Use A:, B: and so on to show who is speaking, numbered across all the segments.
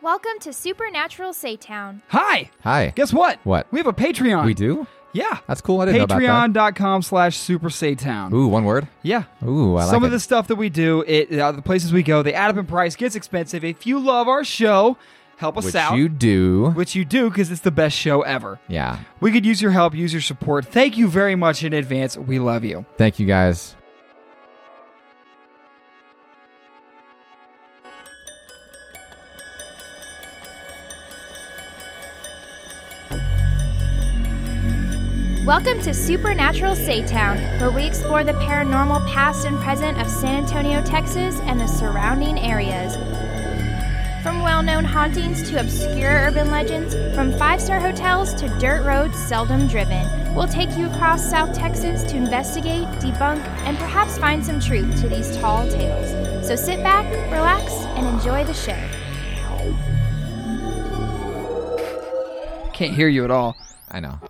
A: Welcome to Supernatural Saytown.
B: Hi.
C: Hi.
B: Guess what?
C: What?
B: We have a Patreon.
C: We do?
B: Yeah.
C: That's cool. I didn't know about
B: Patreon.com slash Super Saytown.
C: that. Ooh, one word?
B: Yeah.
C: Ooh, I like
B: Some
C: it.
B: of the stuff that we do, it uh, the places we go, they add up in price, gets expensive. If you love our show, help us
C: Which
B: out.
C: you do.
B: which you do because it's the best show ever.
C: yeah.
B: We could use your help, use your support. Thank you very much in advance. We love you.
C: Thank you guys.
A: Welcome to Supernatural Saytown, where we explore the paranormal past and present of San Antonio, Texas, and the surrounding areas. From well known hauntings to obscure urban legends, from five star hotels to dirt roads seldom driven, we'll take you across South Texas to investigate, debunk, and perhaps find some truth to these tall tales. So sit back, relax, and enjoy the show.
B: Can't hear you at all.
C: I know.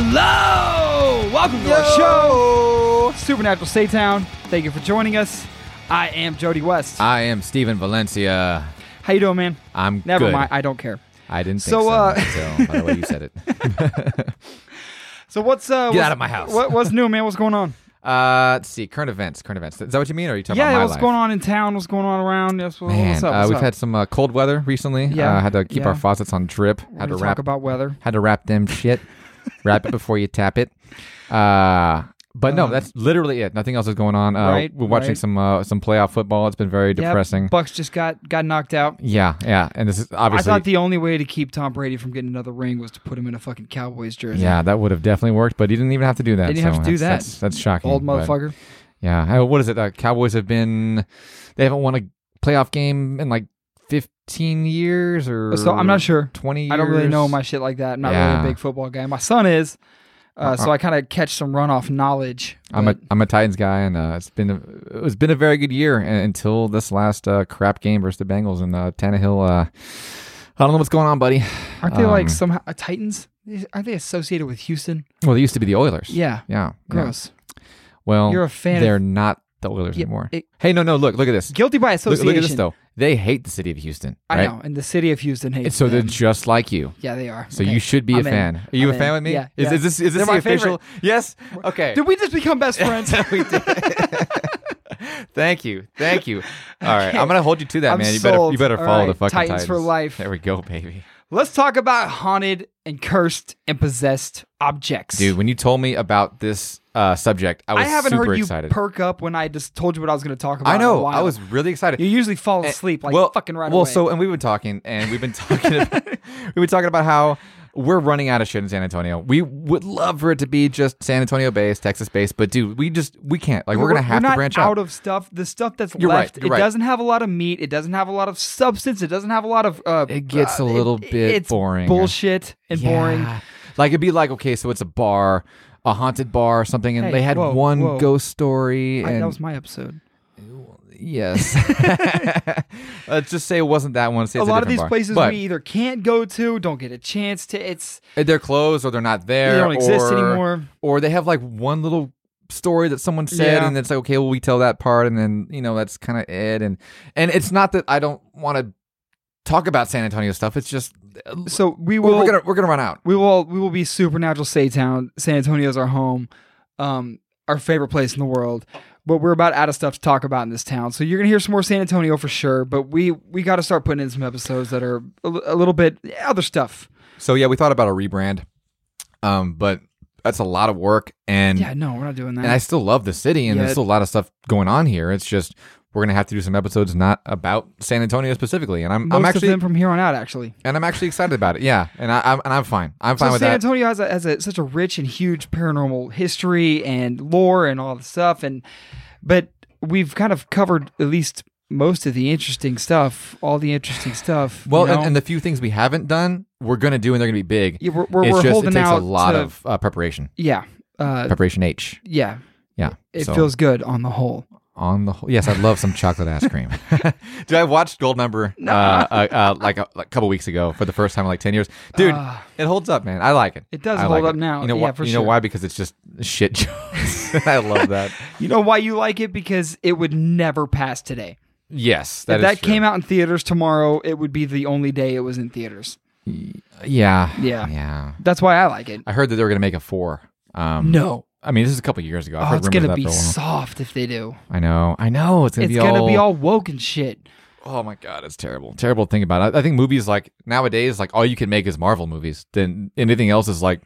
B: Hello! Welcome to our show, Supernatural Saytown. Thank you for joining us. I am Jody West.
C: I am Steven Valencia.
B: How you doing, man?
C: I'm
B: Never
C: good.
B: mind. I don't care.
C: I didn't think
B: So,
C: so,
B: uh,
C: until- by the way you said it.
B: So what's uh? what's-
C: out of my house.
B: What, what's new, man? What's going on?
C: Uh, let's see. Current events. Current events. Is that what you mean? Or are you talking
B: yeah,
C: about my
B: what's
C: life?
B: going on in town? What's going on around? That's what,
C: Man,
B: what's up?
C: uh,
B: what's
C: we've
B: up?
C: had some uh, cold weather recently.
B: Yeah,
C: uh, had to keep
B: yeah.
C: our faucets on drip.
B: We're
C: had to
B: gonna
C: wrap
B: talk about weather.
C: had to wrap them shit. wrap it before you tap it. Uh, but no, that's literally it. Nothing else is going on. Uh,
B: Um, Right,
C: we're watching
B: right.
C: some uh, some playoff football. It's been very
B: Yeah,
C: depressing.
B: Bucks just got got knocked out.
C: yeah, yeah, and this is
B: I
C: obviously
B: thought the only way to keep Tom Brady from getting another ring was to put him in a fucking Cowboys jersey.
C: yeah that would have definitely worked, but he didn't even have to do that.
B: They didn't
C: so
B: have to do
C: that's-
B: that.
C: That's, that's shocking.
B: Old
C: but-
B: motherfucker.
C: Yeah. Uh, What is it? Uh, Cowboys have been they haven't won a playoff game in like fifteen years or
B: So I'm not sure.
C: twenty. years.
B: I don't really know my shit like that. I'm not
C: Yeah.
B: really a big football guy. My son is, uh, so I kind of catch some runoff knowledge.
C: I'm
B: but
C: a I'm a Titans guy, and uh, it's been a, it's been a very good year uh, until this last uh, crap game versus the Bengals and uh, Tannehill. Uh, I don't know what's going on, buddy.
B: aren't they like
C: um,
B: somehow uh, Titans? Aren't they associated with Houston?
C: Well, they used to be the Oilers.
B: Yeah,
C: yeah. yeah.
B: gross.
C: Well,
B: You're a fan of-
C: They're not the Oilers
B: Yeah,
C: anymore.
B: it-
C: hey, no, no, look, look at this.
B: Guilty by
C: Look,
B: association.
C: look at this though. They hate the city of Houston.
B: I
C: right?
B: know, and the city of Houston hates.
C: And so they're
B: them.
C: just like you.
B: yeah, they are.
C: So
B: Okay.
C: you should be
B: I'm
C: a
B: in.
C: fan. Are you
B: I'm
C: a fan
B: in.
C: with me?
B: Yeah,
C: Is,
B: yeah.
C: is this is
B: They're
C: this the
B: my
C: official? Yes. Okay.
B: Did we just become best friends?
C: we did. Thank you, thank you. All right, I'm gonna hold you to that,
B: I'm
C: man. You better,
B: sold.
C: you better
B: All
C: follow
B: right,
C: the fucking
B: Titans for life.
C: There we go, baby.
B: Let's talk about haunted and cursed and possessed objects.
C: Dude, when you told me about this uh, subject, I was
B: I haven't
C: super
B: heard you
C: excited.
B: perk up when I just told you what I was going to talk about.
C: I
B: in a
C: know. I
B: while.
C: was really excited.
B: You usually fall asleep like
C: well,
B: fucking right
C: well,
B: away.
C: so and we've been talking, and we've been talking, about, we've been talking about how we're running out of shit in San Antonio. We would love for it to be just San Antonio based, Texas based, but dude, we just we can't. Like, we're, gonna have
B: not
C: to branch
B: out
C: out.
B: of stuff. The stuff that's
C: You're right,
B: left,
C: you're
B: it
C: right.
B: doesn't have a lot of meat. It doesn't have a lot of substance. It doesn't have a lot of. Uh,
C: It gets
B: uh,
C: a little
B: it-
C: bit
B: it's
C: boring.
B: Bullshit and boring.
C: Yeah. Like it'd be like, okay, so it's a bar, a haunted bar or something, and
B: Hey,
C: they had
B: whoa,
C: one
B: whoa.
C: ghost story.
B: I-
C: and
B: that was my episode.
C: yes, let's just say it wasn't that one. Say
B: A
C: it's
B: lot of
C: different
B: these
C: bar.
B: places
C: But
B: we either can't go to, don't get a chance to. It's
C: they're closed or they're not there.
B: They don't exist
C: or-
B: anymore.
C: Or they have like one little story that someone said,
B: Yeah.
C: and it's like, okay, well, we tell that part, and then you know that's kind of it. And and it's not that I don't want to talk about San Antonio stuff. It's just uh,
B: so we
C: we're
B: will.
C: gonna we're gonna run out.
B: we will we will be supernatural Saytown. San Antonio's our home, um, our favorite place in the world. But we're about out of stuff to talk about in this town, so you're gonna hear some more San Antonio for sure. But we we got to start putting in some episodes that are a, li- a little bit other stuff.
C: So yeah, we thought about a rebrand, um, but that's a lot of work, and
B: Yeah, no, we're not doing that.
C: and I still love the city, and
B: Yeah.
C: there's still a lot of stuff going on here. It's just we're gonna have to do some episodes not about San Antonio specifically, and I'm
B: Most
C: I'm
B: of
C: actually
B: them from here on out, actually.
C: and I'm actually excited about it. Yeah, and I, I'm and I'm fine. I'm fine
B: So
C: with
B: San
C: that.
B: Antonio has, a, has a, such a rich and huge paranormal history and lore and all the stuff, and but we've kind of covered at least most of the interesting stuff, all the interesting stuff. you
C: well,
B: know?
C: and, and the few things we haven't done, we're gonna do, and they're gonna be big.
B: Yeah, we're, we're,
C: it's
B: we're
C: just
B: holding
C: it takes
B: out
C: a lot
B: to-
C: of uh, preparation.
B: yeah, uh,
C: Preparation H.
B: yeah.
C: Yeah,
B: It
C: so-
B: feels good on the whole.
C: on the whole, yes, I'd love some chocolate ice cream. Dude, I watched Goldmember uh, uh, uh, like, a, like a couple weeks ago for the first time in like ten years. Dude, it holds up, man. I like it.
B: Ah. It does
C: I
B: hold
C: like
B: up now.
C: You know
B: Yeah,
C: why?
B: for
C: you
B: sure.
C: know why? Because it's just shit jokes. I love that.
B: You know why you like it? Because it would never pass today.
C: Yes, that
B: if
C: is
B: that
C: true.
B: came out in theaters tomorrow, it would be the only day it was in theaters.
C: Yeah,
B: Yeah.
C: yeah.
B: That's why I like it.
C: I heard that they were gonna make a four. Um,
B: No.
C: I mean this is a couple years ago. I
B: Oh,
C: heard
B: it's
C: rumors
B: gonna
C: of that
B: be
C: for a while.
B: soft if they do.
C: I know, I know. It's gonna
B: It's
C: be
B: gonna
C: all,
B: be all woke and shit.
C: Oh my god, it's terrible. Terrible thing about it. I, I think movies like nowadays, like all you can make is Marvel movies. Then anything else is like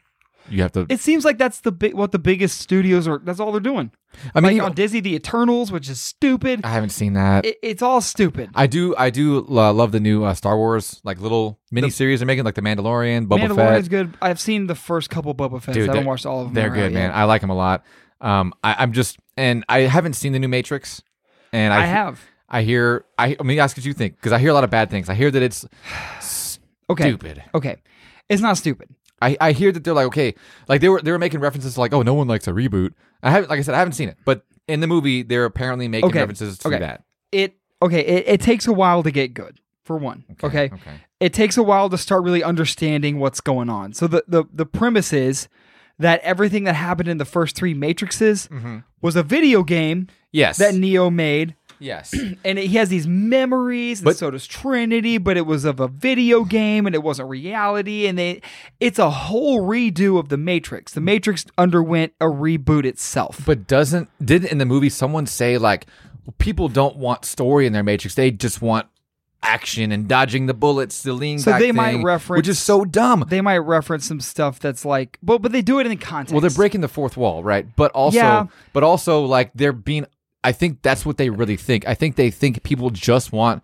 C: you have to.
B: It seems like that's the big what the biggest studios are. That's all they're doing.
C: I mean,
B: Like
C: you-
B: on Disney, The Eternals, which is stupid.
C: I haven't seen that.
B: It, it's all stupid.
C: I do, I do uh, love the new uh, Star Wars like little mini series they're making, like the Mandalorian, Boba
B: Mandalorian's
C: Fett.
B: good. I've seen the first couple Boba Fett. I
C: Dude,
B: haven't
C: they're-
B: watched all of them.
C: They're
B: right
C: good,
B: yet.
C: man. I like them a lot. Um, I, I'm just, and I haven't seen the new Matrix, and I,
B: I have.
C: I hear, I, I mean, ask what you think because I hear a lot of bad things. I hear that it's
B: Okay.
C: stupid.
B: Okay. It's not stupid.
C: I, I hear that they're like okay, like they were they were making references to like oh no one likes a reboot. I haven't like I said I haven't seen it, but in the movie they're apparently making
B: Okay.
C: references to
B: Okay.
C: that.
B: It okay. It, it takes a while to get good. For one, okay.
C: okay.
B: it takes a while to start really understanding what's going on. So the the, the premise is that everything that happened in the first three Matrixes was a video game
C: Yes.
B: that Neo made,
C: yes.
B: and he has these memories, and
C: But-
B: so does Trinity, but it was of a video game and it wasn't reality, and they, it's a whole redo of the Matrix. The Matrix underwent a reboot itself.
C: but doesn't didn't in the movie someone say like people don't want story in their Matrix? They just want action and dodging the bullets, the lean
B: So
C: back
B: they might
C: thing,
B: reference-
C: which is so dumb.
B: they might reference some stuff that's like, but but they do it in context.
C: Well, they're breaking the fourth wall, right? But also,
B: Yeah.
C: but also, like they're being. I think that's what they really think. I think they think people just want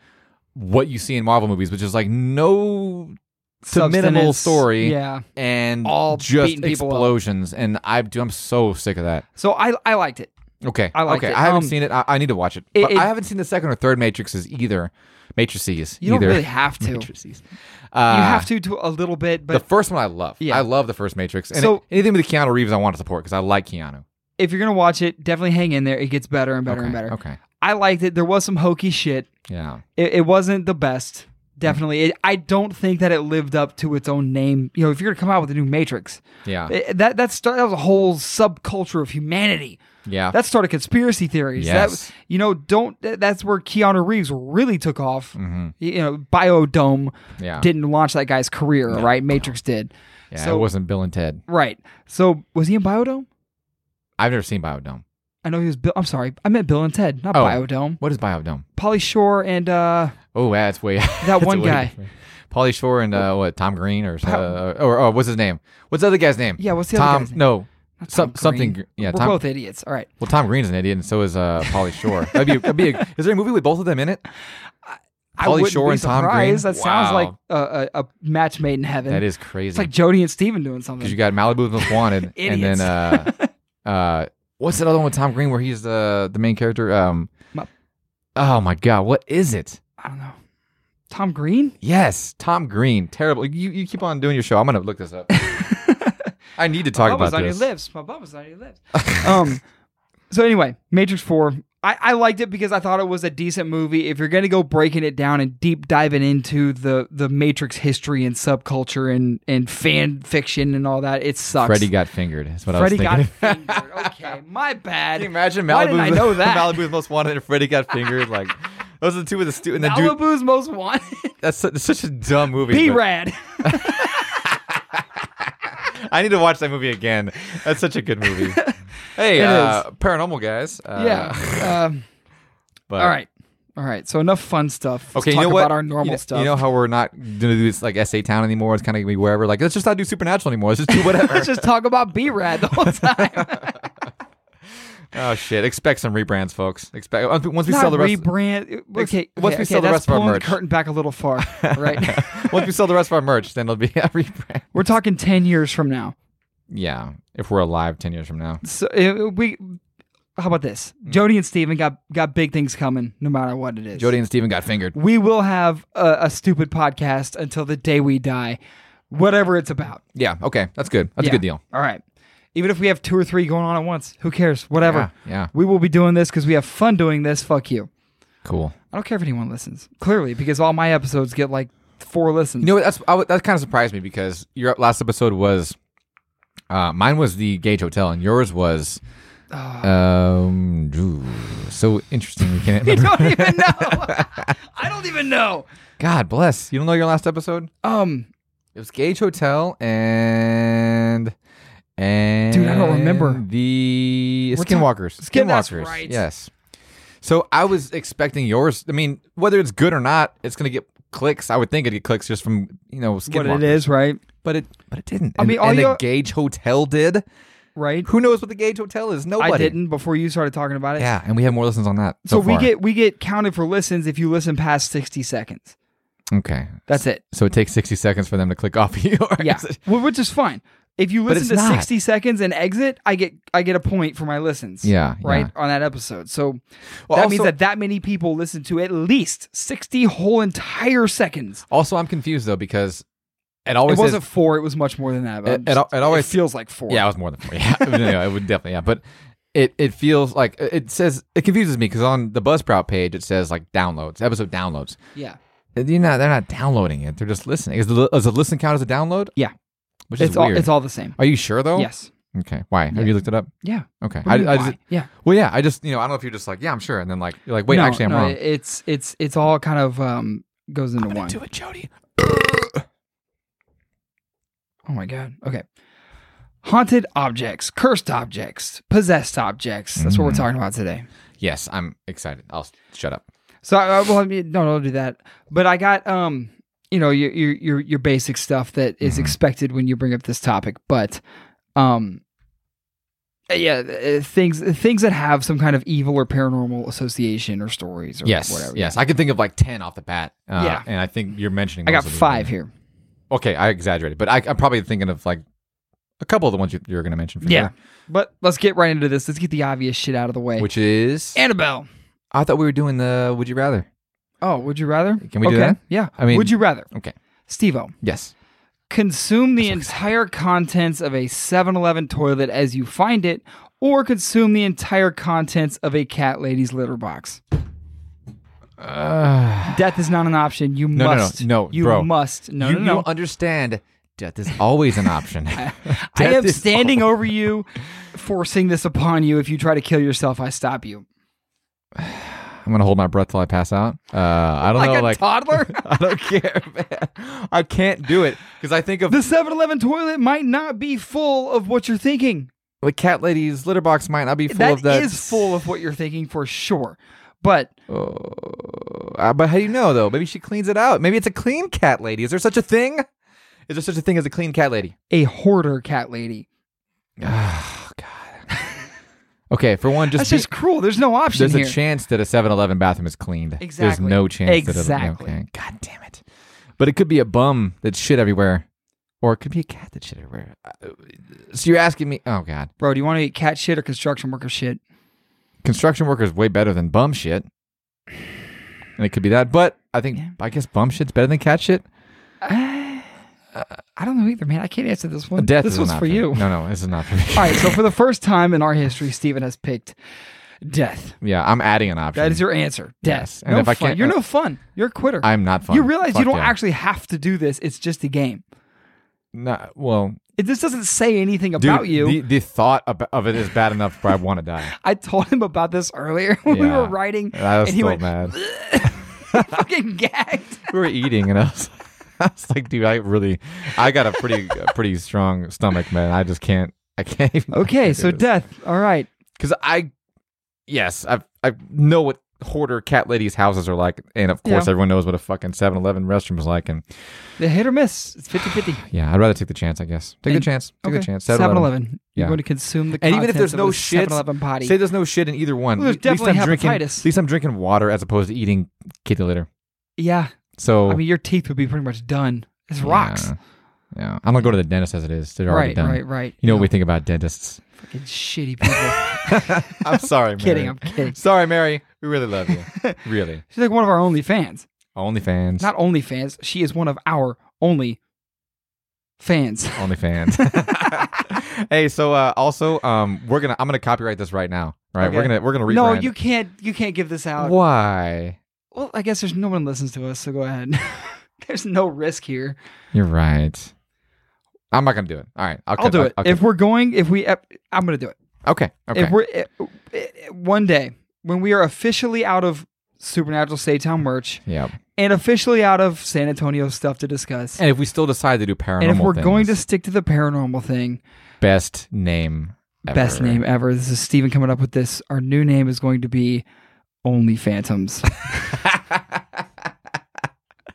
C: what you see in Marvel movies, which is like no to
B: Substance,
C: minimal story,
B: Yeah.
C: and
B: All
C: just
B: beating people up.
C: explosions. And I, dude, I'm so sick of that.
B: So I I liked it.
C: Okay,
B: I liked
C: okay,
B: it.
C: I haven't
B: Um,
C: seen it. I, I need to watch it.
B: it-
C: but
B: it-
C: I haven't seen the second or third Matrixes either. Matrices.
B: You don't
C: either.
B: really have to.
C: Matrices.
B: You
C: Uh,
B: have to do a little bit,
C: The
B: but
C: first one I love.
B: Yeah.
C: I love the first Matrix. And
B: So-
C: anything with Keanu Reeves, I want to support because I like Keanu.
B: if you're gonna watch it, definitely hang in there. It gets better and better
C: okay.
B: and better.
C: Okay.
B: I liked it. There was some hokey shit.
C: Yeah.
B: It, it wasn't the best.
C: Mm-hmm.
B: Definitely, it, I don't think that it lived up to its own name. You know, if you're gonna come out with a new Matrix,
C: Yeah.
B: it- that that, start, that was a whole subculture of humanity.
C: yeah.
B: That started conspiracy theories.
C: Yes.
B: That you know, don't. that- That's where Keanu Reeves really took off. Mm-hmm. You know, Biodome
C: Mm. Yeah.
B: didn't launch that guy's career, right? Matrix did.
C: yeah,
B: so-
C: it wasn't Bill and Ted.
B: Right. So was he in Biodome?
C: I've never seen Biodome.
B: I know he was Bill. I'm sorry, I meant Bill and Ted, not
C: Oh.
B: Biodome.
C: What is Biodome?
B: Polly Shore and uh,
C: Oh, yeah, that's way
B: That one guy.
C: Polly Shore and uh, what Tom Green or uh, or, or what's his name? What's the other guy's name?
B: Yeah, what's the other
C: Tom,
B: guy's name?
C: No, some,
B: Tom
C: something.
B: Green.
C: Gr- Yeah,
B: we're
C: Tom.
B: both idiots. All right,
C: Well, Tom Green's an idiot, and so is uh, Polly Shore. that'd be, that'd be a, is there a movie with both of them in it?
B: I
C: Pauly
B: wouldn't
C: Shore
B: be
C: and Tom Green?
B: surprised. That sounds
C: Wow.
B: like a, a, a match made in heaven.
C: That is crazy.
B: It's like Jody and Steven doing something.
C: because you got Malibu Most Wanted, and then
B: Idiots.
C: uh, uh, what's that other one with Tom Green where he's the the main character? Um,
B: My-
C: oh my God, what is it?
B: I don't know. Tom Green.
C: Yes, Tom Green. Terrible. You, you keep on doing your show. I'm gonna look this up. I need to talk
B: My
C: about
B: bubba's on
C: this.
B: your lips. My bubba's on your lips. um. So anyway, Matrix Four. I, I liked it because I thought it was a decent movie. If you're gonna go breaking it down and deep diving into the the Matrix history and subculture and and fan fiction and all that, it sucks.
C: Freddy got fingered. That's what
B: Freddy
C: I
B: got
C: was thinking.
B: fingered. Okay, my bad.
C: Can you imagine Malibu?
B: Why didn't I know that?
C: Malibu's most wanted and Freddy got fingered. Like those are the two of the stu- and the dude.
B: Malibu's most wanted.
C: That's, su- that's such a dumb movie.
B: Be
C: but
B: rad.
C: I need to watch that movie again. That's such a good movie. hey,
B: It
C: uh, paranormal guys. Uh,
B: yeah. Um,
C: But,
B: all right. All right. So enough fun stuff. Let's
C: Okay,
B: talk
C: you know what?
B: about our normal
C: you know,
B: stuff.
C: You know how we're not gonna do this like SA Town anymore. It's kind of gonna be wherever. Like let's just not do Supernatural anymore. Let's just do whatever.
B: Let's just talk about B Rad the whole time.
C: oh shit! Expect some rebrands, folks. Expect once we once we
B: Not
C: sell the rest.
B: rebrand. Okay,
C: Ex-
B: okay,
C: once we
B: okay,
C: sell the
B: that's
C: rest of our
B: pulling the
C: merch.
B: curtain back a little far, right?
C: once we sell the rest of our merch, then it'll be a rebrand.
B: We're talking ten years from now.
C: Yeah, if we're alive ten years from now.
B: So uh, we, how about this?
C: Mm.
B: Jody and Steven got got big things coming, no matter what it is.
C: Jody and Steven got fingered.
B: we will have a, a stupid podcast until the day we die, whatever it's about.
C: Yeah. Okay. That's good. That's
B: Yeah.
C: a good deal.
B: All right. Even if we have two or three going on at once, who cares? Whatever.
C: Yeah, yeah.
B: We will be doing this because we have fun doing this. Fuck you.
C: Cool.
B: I don't care if anyone listens. Clearly, because all my episodes get like four listens.
C: You know what? That's I, w- that kind of surprised me because your last episode was, uh, mine was the Gage Hotel and yours was, um, ooh, so interesting. We can't.
B: You
C: remember.
B: don't even know. I don't even know.
C: God bless. You don't know your last episode?
B: Um,
C: It was Gage Hotel and and
B: Dude, I don't remember.
C: the
B: We're talking-
C: Skinwalkers.
B: Skin- that's
C: Skinwalkers.
B: right.
C: Yes. So I was expecting yours. I mean, whether it's good or not, it's gonna get clicks. I would think it'd get clicks just from you know
B: what
C: Skinwalkers.
B: it is, right?
C: but it but it didn't.
B: I
C: And-
B: mean, all
C: and the
B: you-
C: Gage Hotel did.
B: Right.
C: Who knows what the Gage Hotel is? Nobody.
B: I didn't before you started talking about it.
C: Yeah, and we have more listens on that.
B: So,
C: So,
B: we
C: far.
B: get we get counted for listens if you listen past sixty seconds.
C: okay.
B: That's it.
C: So it takes sixty seconds for them to click off of yours.
B: Yeah, Wh- which is fine. If you listen
C: it's
B: to
C: not.
B: sixty seconds and exit, I get I get a point for my listens.
C: Yeah,
B: right
C: yeah.
B: on that episode. So
C: Well,
B: that
C: also-
B: means that that many people listen to at least sixty whole entire seconds.
C: Also, I'm confused though because it always
B: It
C: says-
B: wasn't four. It was much more than that. but
C: It- it al- it always-
B: feels like four.
C: Yeah, it was more than four. Yeah, No, no, it would definitely. Yeah, but it it feels like it says it confuses me because on the Buzzsprout page it says like downloads, episode downloads.
B: yeah.
C: You're not, they're not downloading it. They're just listening. Is the is the listen count as a download?
B: Yeah.
C: which is
B: It's all
C: weird.
B: it's all the same.
C: Are you sure though?
B: Yes.
C: Okay. Why? Have you looked it up?
B: Yeah.
C: Okay.
B: What do you mean,
C: just,
B: why? yeah.
C: well, yeah. I just you know I don't know if you're just like yeah I'm sure and then like you're like wait
B: No,
C: actually I'm
B: no,
C: wrong.
B: It's it's it's all kind of um goes into one.
C: it, Jody.
B: Oh my god. Okay. Haunted objects, cursed objects, possessed objects. That's
C: Mm.
B: what we're talking about today.
C: Yes, I'm excited. I'll s- shut up.
B: So, I, I- well, I mean, no, don't do that. But I got, um, you know, your your your, your basic stuff that is
C: Mm-hmm.
B: expected when you bring up this topic. But, um, yeah, uh, things things that have some kind of evil or paranormal association or stories or
C: Yes,
B: whatever.
C: yes. I can think of like ten off the bat. Uh,
B: Yeah.
C: and I think you're mentioning.
B: I got
C: most of them.
B: five here.
C: Okay, I exaggerated, but I, I'm probably thinking of like a couple of the ones you, you're going to mention. For
B: Yeah. But let's get right into this. Let's get the obvious shit out of the way.
C: sure. which is
B: Annabelle.
C: I thought we were doing the Would You Rather.
B: Oh, would you rather?
C: Can we do
B: okay.
C: that?
B: Yeah.
C: I mean-
B: would you rather?
C: Okay.
B: Stevo,
C: Yes.
B: consume the entire contents of a 7 Eleven toilet as you find it, or consume the entire contents of a cat lady's litter box. Death is not an option. You
C: Ah. No, no, no.
B: must.
C: No,
B: you
C: bro.
B: must. No,
C: you,
B: no, no.
C: you understand. Death is always an option.
B: I
C: Death
B: am
C: is
B: standing over you, forcing this upon you. If you try to kill yourself, I stop you.
C: I'm gonna hold my breath till I pass out. Uh, I don't
B: Like a
C: know. like
B: toddler?
C: I don't care, man. I can't do it because I think of
B: The 7 Eleven toilet might not be full of what you're thinking.
C: the cat lady's litter box might not be full
B: That
C: of that.
B: is full of what you're thinking for sure. But
C: Uh, but how do you know though? Maybe she cleans it out. Maybe it's a clean cat lady. Is there such a thing? Is there such a thing as a clean cat lady?
B: a hoarder cat lady.
C: Oh God. okay, for one, just,
B: That's
C: be-
B: just cruel. There's no option
C: there's
B: here.
C: a chance that a 7-Eleven bathroom is cleaned. There's
B: Exactly.
C: no chance
B: Exactly.
C: that it, okay. God damn it. But it could be a bum that shit everywhere, or it could be a cat that shit everywhere. Uh, So you're asking me? Oh God.
B: Bro, do you want to eat cat shit or construction worker shit?
C: Construction worker is way better than bum shit, and it could be that. But I think
B: Yeah.
C: I guess bum shit's better than cat shit.
B: I don't know either, man. I can't answer this one.
C: Death
B: this
C: is
B: was
C: an
B: for
C: option.
B: you.
C: No, no, this is not for me.
B: All right, so for the first time in our history, Steven has picked death.
C: Yeah, I'm adding an option.
B: That is your answer. Death.
C: Yes, and
B: no
C: if I
B: fun.
C: can't- uh,
B: You're no fun. You're a quitter.
C: I'm not fun.
B: You realize
C: Fuck
B: you don't
C: yeah.
B: actually have to do this. It's just a game.
C: No, well,
B: It just doesn't say anything
C: dude,
B: about you.
C: The, the thought of, of it is bad enough where I want to die.
B: I told him about this earlier when we
C: Yeah.
B: were writing,
C: And I was
B: and he
C: still
B: went
C: mad.
B: fucking gagged.
C: we were eating, and I was, I was like, dude, I really, I got a pretty, a pretty strong stomach, man. I just can't, I can't even.
B: Okay, so death. All right.
C: because I, yes, I, I know what hoarder cat ladies' houses are like, and of course,
B: Yeah.
C: everyone knows what a fucking 7-Eleven restroom is like, and
B: The hit or miss. It's 50 50.
C: yeah, I'd rather take the chance, I guess. Take
B: And-
C: the chance. Take the chance.
B: 7 Eleven.
C: Yeah.
B: You're going to consume the
C: And even if there's no shit,
B: shit, 7 Eleven potty.
C: Say there's no shit in either one.
B: Well, there's
C: At least
B: definitely
C: I'm drinking,
B: hepatitis.
C: At least I'm drinking water as opposed to eating kitty litter.
B: yeah.
C: So
B: I mean, your teeth would be pretty much done. It's rocks.
C: Oh. Yeah, yeah. I'm gonna go to the dentist as it is. They're already
B: right,
C: done.
B: right, right.
C: You know what we think about dentists?
B: Fucking shitty people.
C: I'm sorry, Mary.
B: kidding. I'm kidding.
C: sorry, Mary. We really love you. really.
B: She's like one of our only fans.
C: OnlyFans.
B: Not only fans. She is one of our only fans.
C: Only fans. hey, so uh, also, um, we're gonna I'm gonna copyright this right now. Right, we're
B: Okay.
C: gonna we're gonna rebrand.
B: No, you can't. You can't give this out.
C: Why?
B: Well, I guess there's no one listens to us, so go ahead. there's no risk here.
C: You're right. I'm not gonna do it. All right, I'll,
B: I'll
C: cut-
B: do it.
C: Okay.
B: If we're going, if we, ep- I'm gonna do it.
C: okay. Okay.
B: If we're i i- one day when we are officially out of Supernatural Staytown merch
C: yeah.
B: and officially out of San Antonio stuff to discuss, and,
C: And if we still decide to do paranormal,
B: if we're going to
C: things,
B: stick to the paranormal thing,
C: best name, ever.
B: best name ever. This is Steven coming up with this. Our new name is going to be Only Phantoms. e-,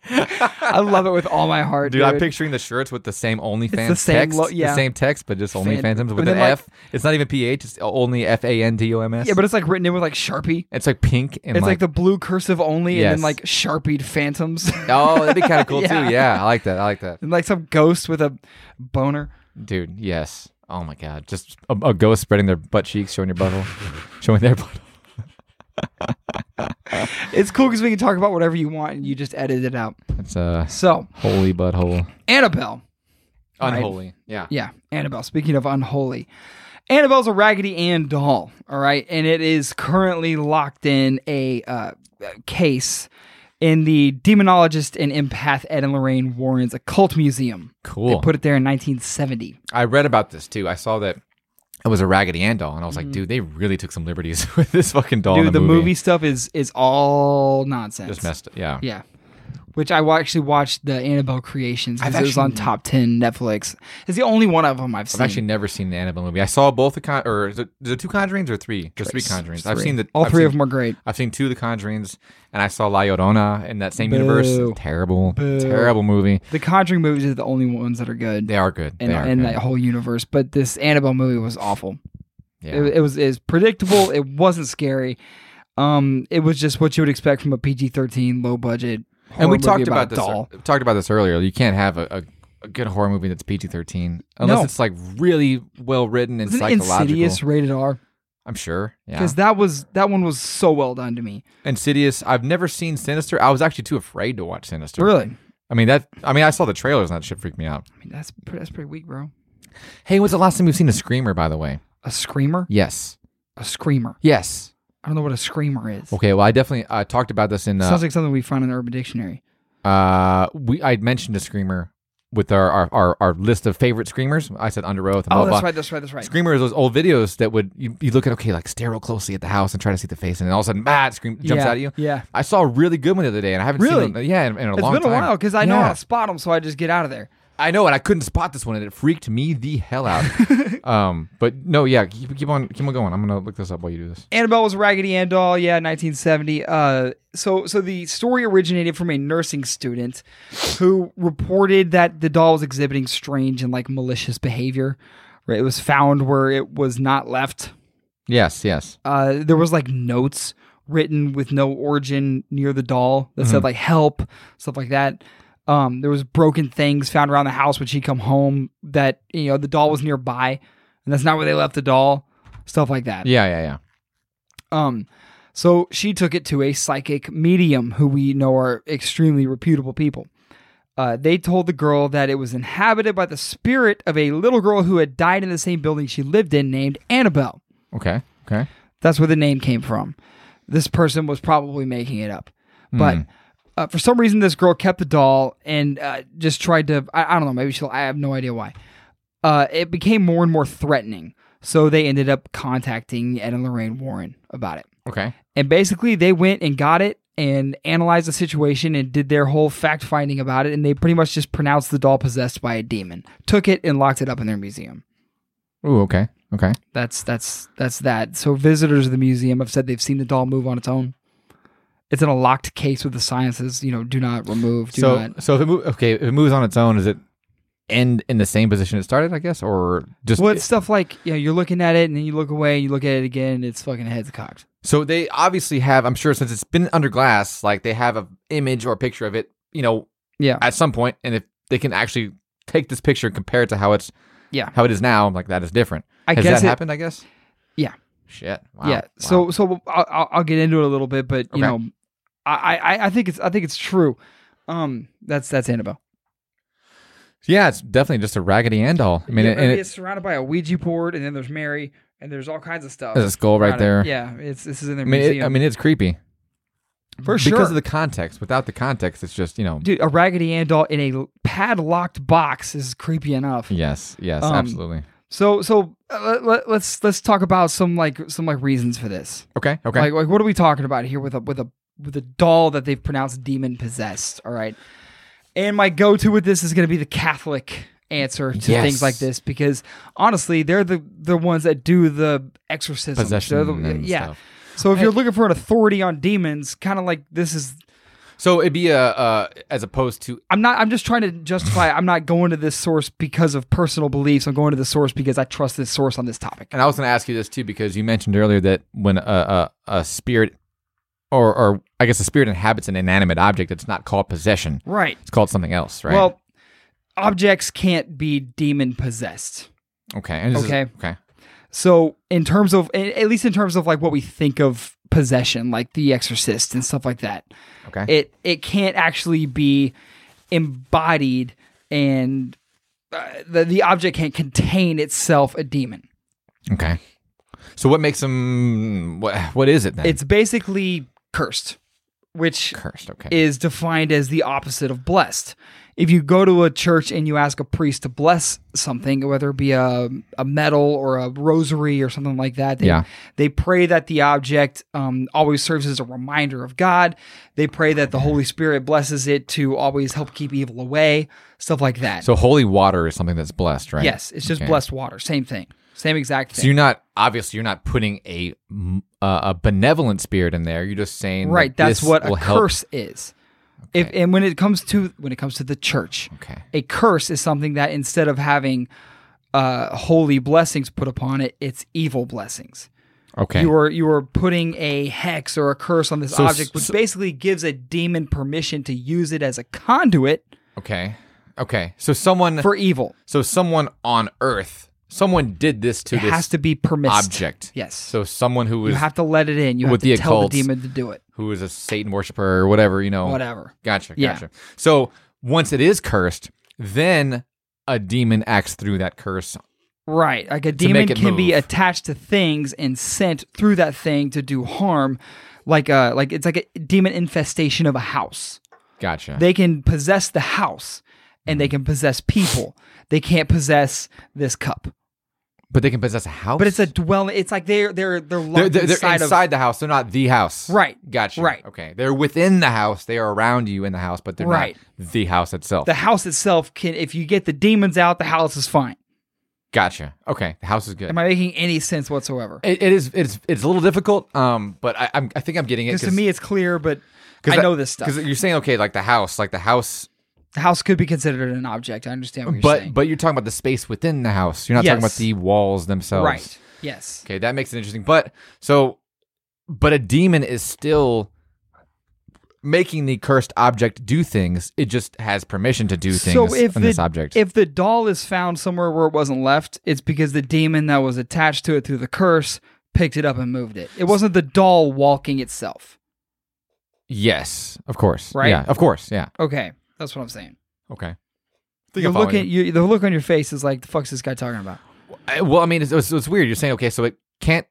B: I love it with all my heart,
C: Dude, I'm picturing the shirts with the same OnlyFans
B: the same
C: text,
B: lo- yeah.
C: the same text, but just
B: Fan-
C: OnlyFans with
B: but
C: an
B: then, like-
C: F. It's not even PH. It's only F A N T O M S.
B: yeah, but it's like written in with like Sharpie.
C: it's like pink and
B: It's like,
C: like,
B: the blue cursive only, and then
C: Yes.
B: like Sharpied Phantoms,
C: oh, that'd be kind of cool
B: Yeah.
C: too. Yeah, I like that. I like that,
B: and like some ghost with a boner.
C: dude. Yes. Oh my god, just a, a ghost spreading their butt cheeks, showing your butthole, showing their butt.
B: It's cool because we can talk about whatever you want, and you just edit it out.
C: It's a
B: So
C: holy butthole.
B: Annabelle.
C: Unholy. Yeah.
B: Yeah, Annabelle. Speaking of unholy, Annabelle's a Raggedy Ann doll. All right, and it is currently locked in a uh, case in the demonologist and empath Ed and Lorraine Warren's occult museum.
C: Cool.
B: They put it there in 1970.
C: I read about this too. I saw that it was a Raggedy Ann doll, and I was like, dude, they really took some liberties with this fucking doll. in
B: Mm-hmm. Dude, the movie.
C: movie
B: stuff is is all nonsense.
C: just messed. It. Yeah.
B: Yeah. Which I wa- actually watched the Annabelle Creations because
C: I've
B: it was on
C: actually-
B: top ten Netflix. It's the only one of them I've
C: I've
B: seen.
C: actually never seen an Annabelle movie. I saw both the con or is it, is it two Conjurings or three? There's three Conjurings. I've
B: Three.
C: seen the
B: all
C: I've
B: three
C: seen,
B: of them are great.
C: I've seen two of the Conjurings, and I saw La Llorona in that same universe.
B: Boo.
C: Terrible,
B: Boo.
C: terrible movie.
B: The Conjuring movies are the only ones that are good.
C: They are good.
B: in,
C: they are
B: in
C: good.
B: that whole universe. But this Annabelle movie was awful.
C: yeah.
B: It, it was is predictable. It wasn't scary. Um, it was just what you would expect from a PG thirteen low budget.
C: and we
B: horror movie
C: talked about,
B: a
C: this.
B: doll.
C: Talked about this earlier. You can't have a. a a good horror movie that's PG thirteen, unless
B: No.
C: it's like really well written and
B: Isn't it
C: psychological.
B: Insidious rated R?
C: I'm sure, yeah.
B: Because that was that one was so well done to me.
C: Insidious. I've never seen Sinister. I was actually too afraid to watch Sinister.
B: Really, I mean
C: I mean that. I mean, I saw the trailers and that shit freaked me out.
B: that's pretty, that's pretty weak, bro.
C: Hey, when's the last time we've seen a screamer? By the way,
B: A screamer,
C: yes,
B: a screamer.
C: yes.
B: I don't know what a screamer is.
C: Okay, well, I definitely uh, talked about this in. Uh,
B: Sounds like something we find in Urban Dictionary.
C: uh, we I mentioned a screamer with our our, our, our list of favorite screamers. I said under oath. And
B: Oh,
C: blah,
B: that's
C: blah.
B: right, that's right, that's right.
C: Screamer is those old videos that would you, you look at okay like stare real closely at the house and try to see the face and then all of a sudden bah, it scream jumps
B: yeah,
C: out at you.
B: Yeah,
C: I saw a really good one the other day and I haven't
B: Really?
C: seen one uh, yeah in, in a
B: it's
C: long
B: been a
C: time.
B: while because I know
C: Yeah.
B: how to spot them, so I just get out of there.
C: I know, and I couldn't spot this one, and it freaked me the hell out. um, but no, yeah, keep, keep on, keep on going. I'm gonna look this up while you do this.
B: Annabelle was a Raggedy Ann doll, yeah, 1970. Uh, so, so the story originated from a nursing student who reported that the doll was exhibiting strange and like malicious behavior. Right, it was found where it was not left.
C: Yes, yes.
B: Uh, there was like notes written with no origin near the doll that said like help stuff like that. Um, there was broken things found around the house when she come home that you know the doll was nearby, and that's not where they left the doll. Stuff like that.
C: Yeah, yeah, yeah.
B: Um, so she took it to a psychic medium who we know are extremely reputable people. Uh, they told the girl that it was inhabited by the spirit of a little girl who had died in the same building she lived in named Annabelle.
C: Okay, okay.
B: That's where the name came from. This person was probably making it up. But uh, for some reason, this girl kept the doll and uh, just tried to, I, I don't know, maybe she'll, I have no idea why. Uh, it became more and more threatening. So they ended up contacting Ed and Lorraine Warren about it.
C: Okay.
B: And basically, they went and got it and analyzed the situation and did their whole fact finding about it. And they pretty much just pronounced the doll possessed by a demon, took it and locked it up in their museum.
C: Ooh, okay, okay.
B: That's that's that's that. So visitors of the museum have said they've seen the doll move on its own. It's in a locked case with the sciences, you know, do not remove, do
C: so,
B: not.
C: so if it move, okay, if it moves on its own, does it end in the same position it started? I guess, or just
B: Well, it's stuff like yeah, you're looking at it and then you look away and you look at it again and it's fucking heads cocked.
C: so they obviously have. I'm sure since it's been under glass, like they have a image or a picture of it. You know,
B: Yeah.
C: at some point, and if they can actually take this picture and compare it to how it's
B: Yeah.
C: how it is now, like that is different.
B: I
C: Has
B: guess
C: that
B: it-
C: happened? I guess.
B: Yeah.
C: Shit. Wow.
B: Yeah.
C: Wow.
B: So so I'll, I'll- I'll get into it a little bit, but you
C: Okay.
B: know, I, I I think it's I think it's true. Um, that's that's Annabelle.
C: Yeah, it's definitely just a raggedy end all. I mean,
B: Yeah,
C: it- and
B: it's
C: it,
B: surrounded by a Ouija board, and then there's Mary, and there's all kinds of stuff.
C: there's a skull right
B: around it.
C: there.
B: Yeah, it's this is in their
C: I mean, it,
B: museum.
C: I mean, it's creepy
B: for sure.
C: because of the context. Without the context, it's just you know.
B: dude, a Raggedy Ann doll in a padlocked box is creepy enough.
C: Yes, yes,
B: Um,
C: absolutely.
B: So, so uh, let, let's let's talk about some like some like reasons for this.
C: Okay, okay.
B: Like, like what are we talking about here with a with a with a doll that they've pronounced demon possessed? All right. And my go to with this is going to be the Catholic answer to
C: Yes.
B: things like this because honestly, they're the the ones that do the exorcism.
C: Possession and
B: yeah.
C: stuff.
B: So if you're looking for an authority on demons, kind of like this is
C: so it'd be a uh, as opposed to
B: I'm not. I'm just trying to justify. I'm not going to this source because of personal beliefs. I'm going to the source because I trust this source on this topic.
C: And I was going to ask you this too, because you mentioned earlier that when a, a, a spirit, or, or I guess a spirit inhabits an inanimate object, it's not called possession.
B: Right.
C: It's called something else, right?
B: Well, objects can't be demon possessed.
C: okay. and this is-
B: okay.
C: okay.
B: So in terms of, a- at least in terms of like what we think of possession, like The Exorcist and stuff like that,
C: Okay.
B: it it can't actually be embodied, and uh, the the object can't contain itself a demon.
C: okay. So what makes them, what, what is it then?
B: It's basically cursed, which
C: cursed. Okay.
B: is defined as the opposite of blessed. If you go to a church and you ask a priest to bless something, whether it be a, a medal or a rosary or something like that, they,
C: Yeah.
B: they pray that the object um, always serves as a reminder of God. They pray that the Holy Spirit blesses it to always help keep evil away, stuff like that.
C: so holy water is something that's blessed, right?
B: yes, it's just
C: Okay.
B: blessed water. Same thing. Same exact thing.
C: So you're not, obviously, you're not putting a, mm, uh, a benevolent spirit in there. You're just saying,
B: right.
C: that
B: That's
C: this
B: what a
C: will help.
B: curse is. If, and when it comes to when it comes to the church,
C: Okay.
B: a curse is something that instead of having uh, holy blessings put upon it, it's evil blessings.
C: Okay.
B: You are you are putting a hex or a curse on this
C: So s-
B: object, which basically gives a demon permission to use it as a conduit
C: okay. Okay. So someone,
B: for evil.
C: So someone on Earth, someone did this to
B: It
C: this
B: has to be permitted.
C: object.
B: Yes.
C: So someone who
B: you
C: was
B: have to let it in. You
C: with
B: have to
C: the
B: tell
C: occults,
B: the demon to do it.
C: who was a Satan worshiper or whatever, you know.
B: Whatever.
C: Gotcha.
B: Yeah.
C: Gotcha. So once it is cursed, then a demon acts through that curse.
B: Right. Like a demon
C: make it
B: can be
C: move.
B: attached to things and sent through that thing to do harm. Like a like it's like a demon infestation of a house.
C: Gotcha.
B: they can possess the house and they can possess people they can't possess this cup
C: but they can possess a house.
B: but it's a dwelling it's like they're they're they're, locked
C: they're, they're, they're
B: inside,
C: inside,
B: of-
C: the house. They're not the house.
B: Right.
C: Gotcha.
B: Right.
C: Okay. They're within the house. They are around you in the house, but they're
B: Right.
C: not the house itself.
B: the house itself can if you get the demons out the house is fine
C: gotcha. Okay. The house is good.
B: am i making any sense whatsoever
C: It, it is. It's it's a little difficult. Um, but I I'm, I think I'm getting it.
B: because to me it's clear but i know this stuff
C: Because you're saying okay, like the house, like the house,
B: the house could be considered an object i understand what you're
C: but
B: saying
C: but you're talking about the space within the house. You're not talking about
B: Yes.
C: the walls themselves.
B: right yes
C: Okay, that makes it interesting. But so, but a demon is still making the cursed object do things. It just has permission to do things
B: so if
C: on
B: the,
C: this object.
B: if the doll is found somewhere where it wasn't left it's because the demon that was attached to it through the curse picked it up and moved it it wasn't the doll walking itself
C: yes, of course.
B: Right?
C: Yeah, of course. Yeah.
B: Okay, that's what I'm saying.
C: Okay.
B: The look, at, you, the look on your face is like, the fuck's this guy talking about?
C: I- well, I mean, it's, it's, it's weird. You're saying okay, so it can't.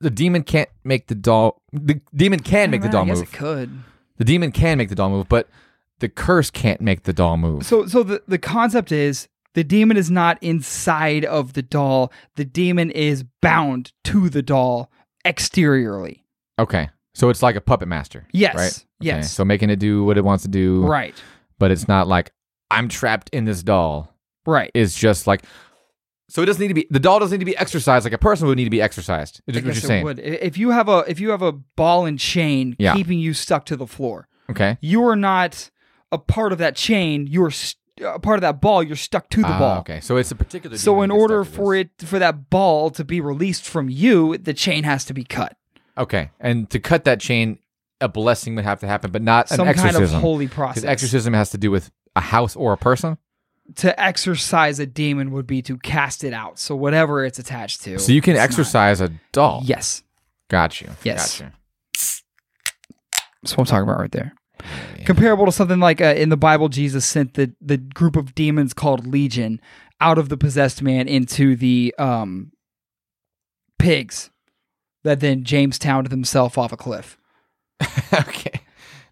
C: The demon can't make the doll. The demon can make the doll
B: I guess
C: move.
B: It could.
C: The demon can make the doll move, but the curse can't make the doll move.
B: So, so the the concept is the demon is not inside of the doll. The demon is bound to the doll exteriorly.
C: Okay. So it's like a puppet master.
B: Yes.
C: Right? Okay,
B: Yes.
C: So making it do what it wants to do.
B: right.
C: But it's not like I'm trapped in this doll.
B: Right.
C: It's just like so it doesn't need to be the doll doesn't need to be exercised like a person would need to be exercised. Is
B: I
C: what you're
B: guess it
C: saying.
B: would. I- If you have a if you have a ball and chain
C: Yeah.
B: keeping you stuck to the floor,
C: Okay.
B: you are not a part of that chain. You're st- a part of that ball. You're stuck to the
C: Ah,
B: ball.
C: Okay. So it's a particular
B: So
C: demon
B: in
C: that's
B: order
C: stuck to
B: for
C: this.
B: it for that ball to be released from you, the chain has to be cut.
C: Okay. And to cut that chain, a blessing would have to happen, but not
B: Some
C: an exorcism.
B: kind of holy
C: 'Cause
B: process.
C: exorcism has to do with a house or a person.
B: to exorcise a demon would be to cast it out. So whatever it's attached to.
C: So you can
B: it's not-
C: exercise a doll.
B: Yes.
C: Got you.
B: Yes.
C: Got you.
B: That's what I'm talking about right there. Comparable to something like uh, in the Bible, Jesus sent the the group of demons called legion out of the possessed man into the um, pigs that then James towned himself off a cliff.
C: okay.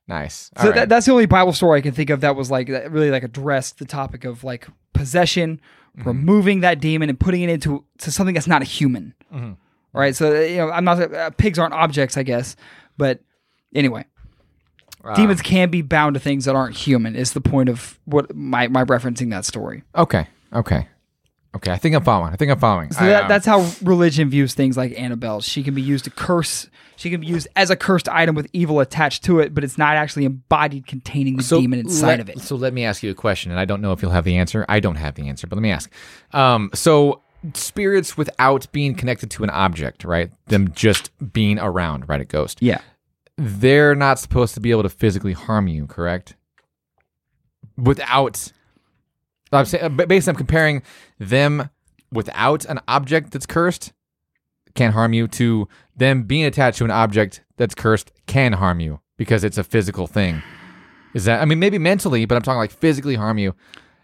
C: Nice.
B: So
C: All right.
B: that, that's the only Bible story I can think of that was like that really like addressed the topic of like possession,
C: Mm-hmm.
B: removing that demon and putting it into to something that's not a human.
C: Mhm.
B: Right. So you know, I'm not uh, pigs aren't objects, I guess, but anyway,
C: Uh,
B: demons can be bound to things that aren't human. Is the point of what my my referencing that story.
C: Okay. Okay. Okay. I think I'm following. I think I'm following.
B: So
C: I,
B: that,
C: um,
B: that's how religion views things like Annabelle. She can be used to curse. She can be used as a cursed item with evil attached to it, but it's not actually embodied containing the demon inside
C: let,
B: of it.
C: So let me ask you a question, and I don't know if you'll have the answer. I don't have the answer, but let me ask. Um, so spirits without being connected to an object, right? Them just being around, right? A ghost.
B: Yeah.
C: They're not supposed to be able to physically harm you, correct? Without, I'm saying, but basically, I'm comparing them without an object that's cursed can't harm you to them being attached to an object that's cursed can harm you because it's a physical thing. Is that I mean maybe mentally, but I'm talking like physically harm you.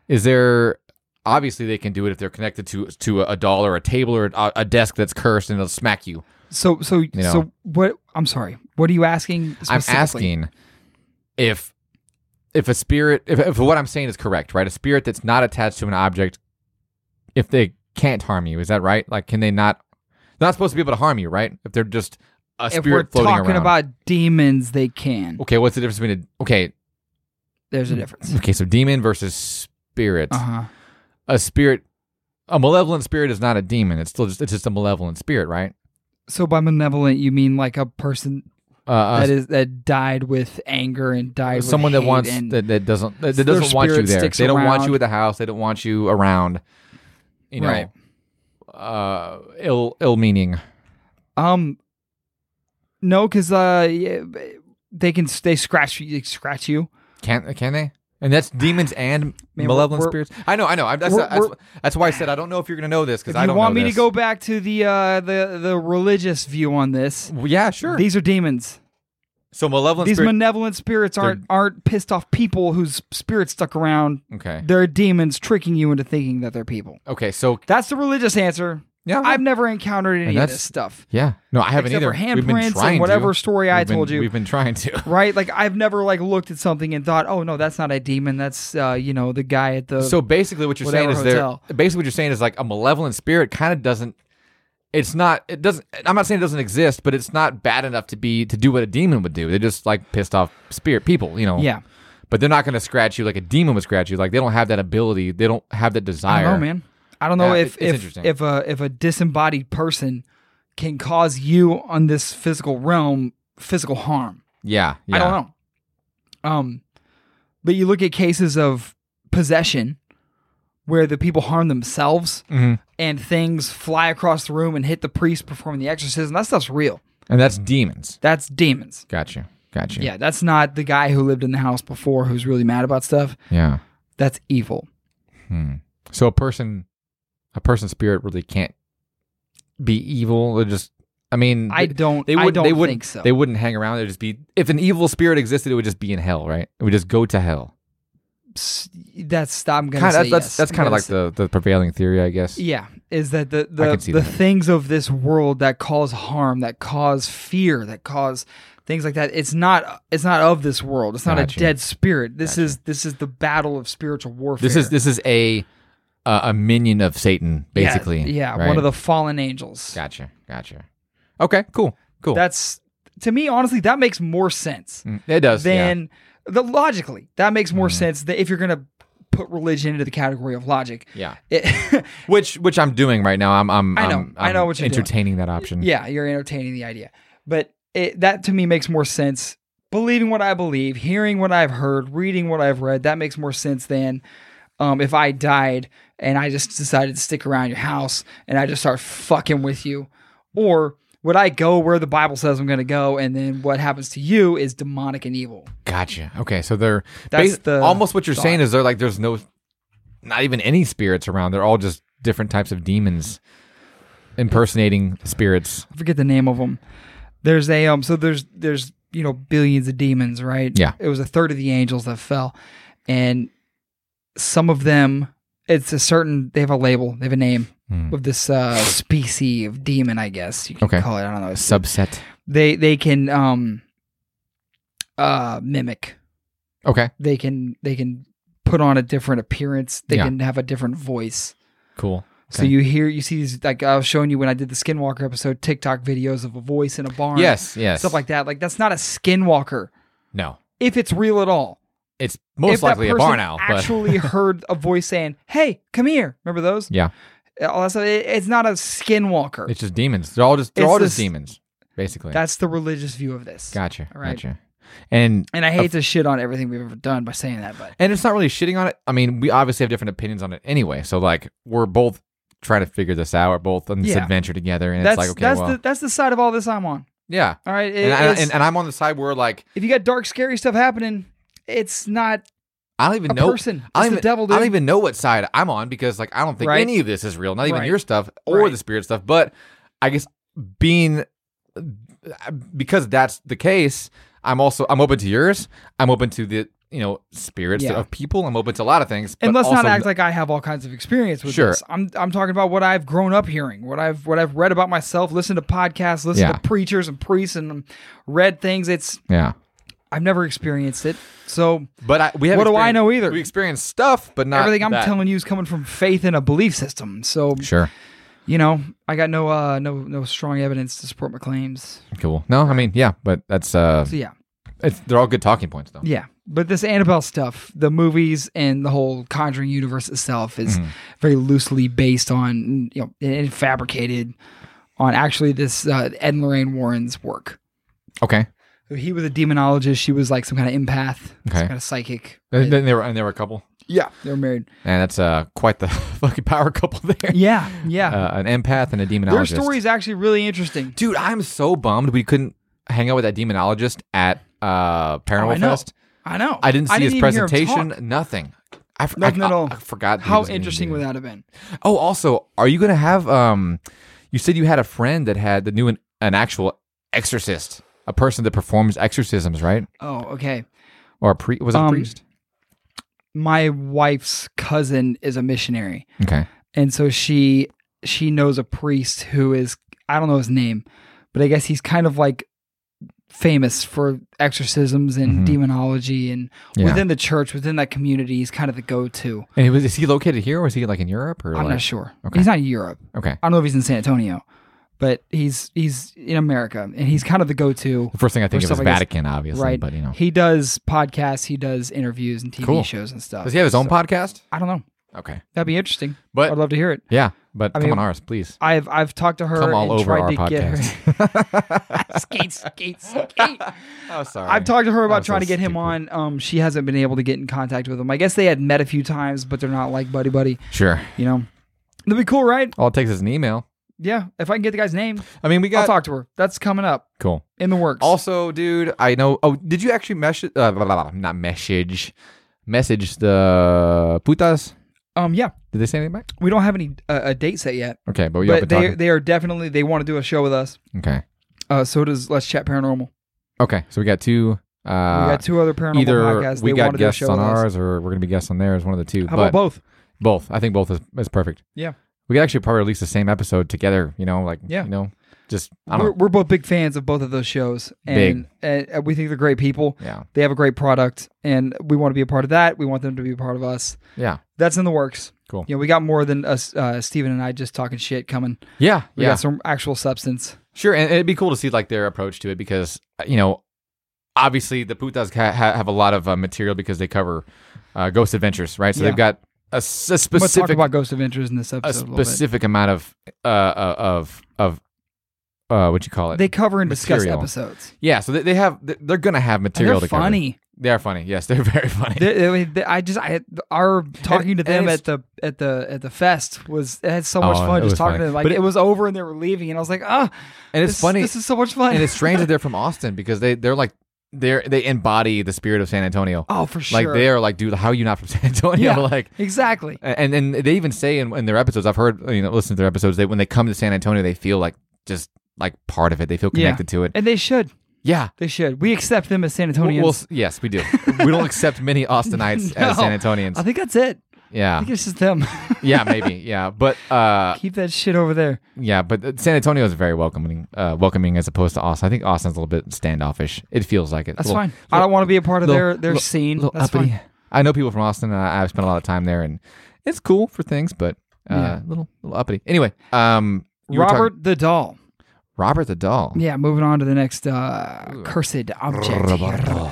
C: Is there obviously they can do it if they're connected to to a doll or a table or a, a desk that's cursed and it'll smack you.
B: So so
C: know.
B: so what? I'm sorry. What are you asking?
C: I'm
B: specifically?
C: asking if if a spirit if, if what I'm saying is correct, right? A spirit that's not attached to an object if they can't harm you, is that right? Like can they not they're not supposed to be able to harm you, right? If they're just a
B: If
C: spirit
B: we're
C: floating
B: talking
C: around.
B: about demons, they can.
C: okay, what's the difference between a, okay, Mm.
B: There's a difference.
C: okay, so demon versus spirit.
B: Uh huh.
C: a spirit a malevolent spirit is not a demon it's still just it's just a malevolent spirit right
B: So by malevolent, you mean like a person
C: uh, uh,
B: that is that died with anger and died
C: someone
B: with
C: that
B: hate
C: wants
B: and,
C: that, that doesn't that, that
B: Their
C: doesn't want you
B: spirit
C: there
B: sticks
C: they don't want
B: around.
C: you at the house they don't want you around you know
B: Right.
C: uh ill ill meaning
B: um no because uh yeah, they can they scratch you they scratch you
C: can can they and that's demons and
B: Man,
C: malevolent
B: we're-
C: spirits. I know, I know. I, that's,
B: we're-
C: that's,
B: we're-
C: that's why I said I don't know if you're going to know this because
B: if
C: I
B: you
C: don't
B: want
C: know
B: me
C: this.
B: to go back to the uh the the religious view on this
C: Well, yeah, sure.
B: these are demons
C: so malevolent
B: these
C: spirit.
B: malevolent spirits
C: They're-
B: aren't aren't pissed off people whose spirits stuck around
C: okay,
B: they're demons tricking you into thinking that they're people
C: okay. So
B: that's the religious answer
C: yeah,
B: i've never encountered any of
C: Uh-huh. that's-
B: this stuff
C: yeah. No, I haven't
B: except
C: either.
B: for
C: We've been
B: handprints
C: trying
B: and
C: to.
B: whatever story i
C: We've been-
B: told you
C: we've been trying to.
B: right? Like I've never like looked at something and thought, oh no, that's not a demon. That's uh, you know the guy at the.
C: So basically, what you're saying
B: whatever
C: is there.
B: hotel.
C: Basically, what you're saying is like a malevolent spirit kind of doesn't. It's not. It doesn't. I'm not saying it doesn't exist, but it's not bad enough to be to do what a demon would do. They're just like pissed off spirit people, you know.
B: yeah,
C: But they're not going to scratch you like a demon would scratch you. Like they don't have that ability. They don't have
B: I
C: that desire.
B: don't know, man. I don't know
C: Yeah,
B: if
C: it- it's
B: if
C: interesting.
B: if a if a disembodied person can cause you on this physical realm physical harm.
C: Yeah. Yeah.
B: I don't know. Um, but you look at cases of possession where the people harm themselves
C: Mhm.
B: and things fly across the room and hit the priest performing the exorcism. That stuff's real.
C: And that's demons.
B: That's demons.
C: Got you. Got you.
B: Yeah, that's not the guy who lived in the house before who's really mad about stuff.
C: Yeah.
B: That's evil.
C: Hmm. So a person, a person's spirit really can't be evil. They're just. I mean,
B: I don't.
C: They would.
B: I don't
C: they wouldn't.
B: think so.
C: They wouldn't hang around. They'd just be. If an evil spirit existed, it would just be in hell, right? It would just go to hell.
B: S- that's. I'm gonna
C: Kind of.
B: say yes.
C: That's that's, that's
B: I'm
C: kind of
B: gonna
C: like
B: say-
C: the, the prevailing theory, I guess.
B: Yeah, is that the
C: I
B: the,
C: can see
B: the
C: that.
B: things of this world that cause harm, that cause fear, that cause things like that? It's not. It's not of this world. It's not a
C: Gotcha.
B: dead spirit. This is this is the battle of spiritual warfare.
C: This is this is a uh, a minion of Satan,
B: Yeah,
C: basically.
B: Yeah,
C: right?
B: one of the fallen angels.
C: Gotcha. Gotcha. Okay. Cool. Cool.
B: That's to me, honestly, that makes more sense.
C: Mm, it does. yeah. Mm-hmm.
B: then the logically that makes more sense that if you're gonna put religion into the category of logic
C: yeah.
B: it,
C: Which which I'm doing right now. I'm I'm
B: I know.
C: I'm,
B: I know
C: I'm
B: what you're doing.
C: entertaining that option.
B: yeah you're entertaining the idea but it, that to me makes more sense believing what i believe hearing what i've heard reading what i've read that makes more sense than um, if i died and i just decided to stick around your house and i just start fucking with you or would i go where the bible says i'm gonna go and then what happens to you is demonic and evil
C: Gotcha. Okay, so they're
B: That's
C: bas-
B: the
C: almost what you're
B: thought.
C: saying is they're like there's no, not even any spirits around. They're all just different types of demons impersonating spirits.
B: I forget the name of them. There's a um so there's there's you know billions of demons, right?
C: Yeah.
B: it was a third of the angels that fell, and some of them. It's a certain. They have a label. They have a name
C: Hmm.
B: of this uh, species of demon. I guess you can
C: Okay.
B: call it. I don't know.
C: Subset.
B: They they can um uh mimic.
C: Okay.
B: They can they can put on a different appearance. They
C: Yeah.
B: can have a different voice.
C: Cool.
B: So you hear, you see these, like I was showing you when I did the Skinwalker episode, TikTok videos of a voice in a barn.
C: Yes. Yes.
B: Stuff like that. Like, that's not a Skinwalker,
C: No.
B: if it's real at all.
C: It's most
B: if that
C: likely a
B: person
C: barn owl, but
B: actually heard a voice saying, hey, come here. Remember those?
C: Yeah.
B: All that stuff. It- it's not a Skinwalker.
C: it's just demons. They're all just they're
B: It's
C: all just
B: this-
C: demons, basically.
B: that's the religious view of this.
C: Gotcha.
B: All right.
C: Gotcha. And
B: And I hate to shit on everything we've ever done by saying that, but
C: and it's not really shitting on it. I mean, we obviously have different opinions on it anyway. So like we're both trying to figure this out. We're both on this
B: Yeah.
C: adventure together, and
B: that's,
C: it's like okay,
B: that's,
C: well,
B: the, that's the side of all this I'm on.
C: yeah.
B: All right. It-
C: And, I,
B: it's-
C: and, and I'm on the side where like
B: if you got dark, scary stuff happening, it's not
C: I don't even
B: a
C: know.
B: person. It's
C: I don't,
B: the
C: even,
B: devil, dude.
C: I don't even know what side I'm on because like I don't think
B: Right.
C: any of this is real, not even
B: Right.
C: your stuff or
B: Right.
C: the spirit stuff. But I guess being because that's the case, I'm also I'm open to yours. I'm open to the you know spirits
B: Yeah.
C: of people. I'm open to a lot of things. but
B: and let's not
C: also-
B: act like I have all kinds of experience with
C: Sure.
B: this. I'm I'm talking about what I've grown up hearing, what I've what I've read about myself, listened to podcasts, listened
C: Yeah.
B: to preachers and priests, and um, read things. It's
C: yeah.
B: I've never experienced it, so
C: But I, we have
B: What do I
C: experienced-
B: know either?
C: We experience stuff, but not
B: everything I'm
C: that.
B: telling you is coming from faith and a belief system. So
C: Sure,
B: you know, I got no uh no no strong evidence to support my claims.
C: cool. No, I mean yeah, but that's uh,
B: So yeah,
C: it's, they're all good talking points though.
B: yeah. But this Annabelle stuff, the movies and the whole Conjuring universe itself is
C: Mm-hmm.
B: very loosely based on, you know, and fabricated on actually this uh, Ed and Lorraine Warren's work.
C: Okay,
B: He was a demonologist. She was like some kind of empath,
C: Okay.
B: some kind of psychic.
C: and then they were and they were a couple,
B: Yeah, they were married.
C: and that's uh quite the fucking power couple there.
B: Yeah, yeah.
C: uh, an empath and a demonologist.
B: Their story is actually really interesting.
C: dude. I'm so bummed we couldn't hang out with that demonologist at uh,
B: Oh, I
C: Paranormal
B: know.
C: Fest.
B: I know.
C: I didn't see his
B: even hear him
C: presentation.
B: talk.
C: Nothing. I, f-
B: Nothing
C: I-
B: at
C: I-
B: all.
C: I forgot. that he
B: How
C: was in the
B: interesting
C: meeting.
B: would that have been?
C: Oh, also, are you gonna have? Um, you said you had a friend that had that knew an, an actual exorcist, a person that performs exorcisms, right?
B: Oh, okay.
C: Or a pri- was it a
B: Um,
C: priest?
B: My wife's cousin is a missionary.
C: Okay.
B: and so she she knows a priest who is I don't know his name, but I guess he's kind of like famous for exorcisms and
C: Mhm.
B: demonology and
C: Yeah.
B: within the church, within that community, he's kind of the go-to.
C: And he was is he located here or is he like in Europe or
B: I'm
C: like,
B: not sure.
C: okay.
B: He's not in Europe.
C: okay?
B: I don't know if he's in San Antonio, but he's he's in America and he's kind of the go-to.
C: The first thing I think
B: Or
C: of is
B: stuff, I guess.
C: Vatican, obviously,
B: Right.
C: but you know,
B: He does podcasts, he does interviews and TV
C: Cool.
B: shows and stuff.
C: does he have his own
B: So,
C: podcast?
B: I don't know.
C: Okay,
B: That'd be interesting.
C: but
B: I'd love to hear it.
C: Yeah, but
B: I
C: come
B: mean-
C: on ours, please.
B: I've I've talked to her
C: Come all
B: and
C: over
B: tried
C: our
B: to get her.
C: podcast.
B: skate, skate, skate.
C: oh, sorry.
B: I've talked to her
C: That
B: about
C: was
B: trying
C: so
B: to get him
C: stupid.
B: on. Um, she hasn't been able to get in contact with him. I guess they had met a few times, but they're not like buddy buddy.
C: Sure.
B: You know, that'd be cool, right?
C: All it takes is an email.
B: Yeah, if I can get the guy's name,
C: I mean, we
B: I'll
C: got
B: talk to her. That's coming up
C: cool.
B: in the works.
C: Also, dude, I know. Oh, did you actually message? Uh, blah, blah, blah, not message, message the putas.
B: um, yeah,
C: Did they say anything back?
B: we don't have any uh, a date set yet,
C: Okay, but we
B: but
C: open
B: they
C: talking.
B: they are definitely they want to do a show with us.
C: okay,
B: Uh, so does Let's Chat Paranormal.
C: okay. So we got two.
B: we
C: Uh,
B: got two other paranormal
C: either
B: podcasts.
C: we
B: they want
C: got
B: to do a
C: guests
B: show
C: on
B: with us.
C: ours, or we're gonna be guests on theirs. One of the two.
B: How
C: but
B: about both?
C: both? I think both is, is perfect.
B: Yeah.
C: We could actually probably release the same episode together. You know, like
B: Yeah.
C: you know, just I don't
B: We're, we're both big fans of both of those shows, and, and we think they're great people.
C: know. Yeah,
B: They have a great product, and we want to be a part of that. We want them to be a part of us.
C: yeah,
B: That's in the works.
C: Cool.
B: You know, we got more than us, uh, Steven and I just talking shit coming.
C: yeah,
B: We
C: yeah.
B: got some actual substance.
C: Sure, and it'd be cool to see like their approach to it because uh, you know, obviously the Putas ha- ha- have a lot of uh, material because they cover uh, ghost adventures, right? So
B: Yeah.
C: they've got a, s- a
B: I'm going to talk
C: specific
B: about Ghost Adventures in this
C: a
B: episode a, little bit.
C: specific amount of uh, uh, of of uh, what you call it?
B: They cover and discuss
C: material.
B: episodes.
C: yeah, so they, they have th- they're gonna have
B: And
C: material.
B: they're
C: to cover.
B: funny.
C: They are funny. Yes, they're very funny.
B: They- they- they- I just I our talking to them
C: and it's-
B: at the at the at the fest was it had so much
C: Oh,
B: fun
C: it
B: just
C: was
B: talking
C: funny.
B: to them. Like
C: But
B: it,
C: it-
B: was over and they were leaving, and I was like, ah,
C: and it's
B: this,
C: funny.
B: This is so much fun.
C: and it's strange that they're from Austin because they they're like they're they embody the spirit of San Antonio.
B: oh for sure.
C: like they are like, dude, how are you not from San Antonio?
B: Yeah.
C: Like
B: exactly.
C: And and they even say in, in their episodes, I've heard you know, listen to their episodes. They when they come to San Antonio, they feel like just like part of it. They feel
B: Yeah.
C: connected to it.
B: And they should.
C: Yeah.
B: They should. We accept them as San
C: Well,
B: Antonians.
C: well, s- yes, we do. we don't accept many Austinites as
B: No.
C: San Antonians.
B: I think that's it. I
C: yeah.
B: think it's just them.
C: yeah, maybe. Yeah. But uh
B: Keep that shit over there.
C: yeah, but uh, San Antonio is very welcoming uh welcoming as opposed to Austin. I think Austin's a little bit standoffish. It feels like it.
B: That's
C: Little-
B: fine. I don't want to be a part of
C: little-
B: their their
C: little-
B: scene.
C: little
B: That's
C: uppity.
B: fine.
C: I know people from Austin and I, I've spent a lot of time there and it's cool for things, but uh
B: Yeah.
C: little little uppity. Anyway, um you were talking-
B: Robert the doll.
C: Robert the doll.
B: Yeah, moving on to the next uh, cursed object. here.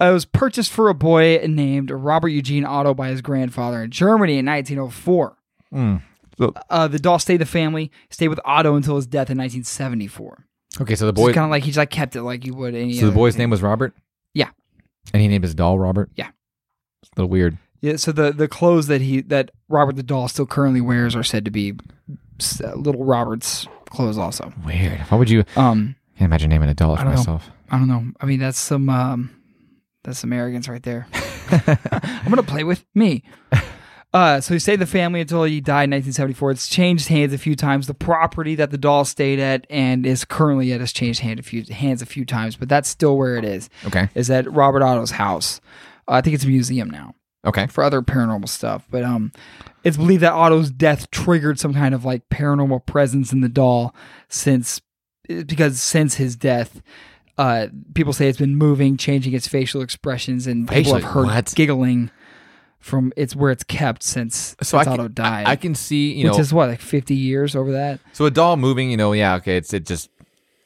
B: It was purchased for a boy named Robert Eugene Otto by his grandfather in Germany in 1904.
C: Mm. So-
B: Uh, the doll stayed the family, stayed with Otto until his death in 1974.
C: okay, so
B: So
C: the boy
B: it's kind of like he just like kept it like you would any.
C: So the
B: other
C: boy's
B: thing.
C: name was Robert?
B: Yeah.
C: And he named his doll Robert?
B: Yeah.
C: It's a little weird.
B: Yeah, so the the clothes that he that Robert the doll still currently wears are said to be s- uh, little Robert's clothes also.
C: Weird. Why would you
B: Um,
C: I can't imagine naming a doll
B: I
C: after
B: don't know.
C: myself?
B: I don't know. I mean, that's some um, that's some arrogance right there. I'm gonna play with me. Uh, so he stayed with the family until he died in 1974. It's changed hands a few times. The property that the doll stayed at and is currently at has changed hand a few hands a few times, but that's still where it is.
C: Okay.
B: Is at Robert Otto's house. Uh, I think it's a museum now.
C: Okay.
B: for other paranormal stuff. But um, it's believed that Otto's death triggered some kind of like paranormal presence in the doll, since eh, because since his death, uh, people say it's been moving, changing its facial expressions, and people have
C: Facial-
B: heard
C: what?
B: giggling from it's where it's kept since,
C: So I
B: since
C: can,
B: Otto died.
C: I, I can see, you know,
B: which is what like fifty years over that.
C: so a doll moving, you know, yeah, okay, it's it just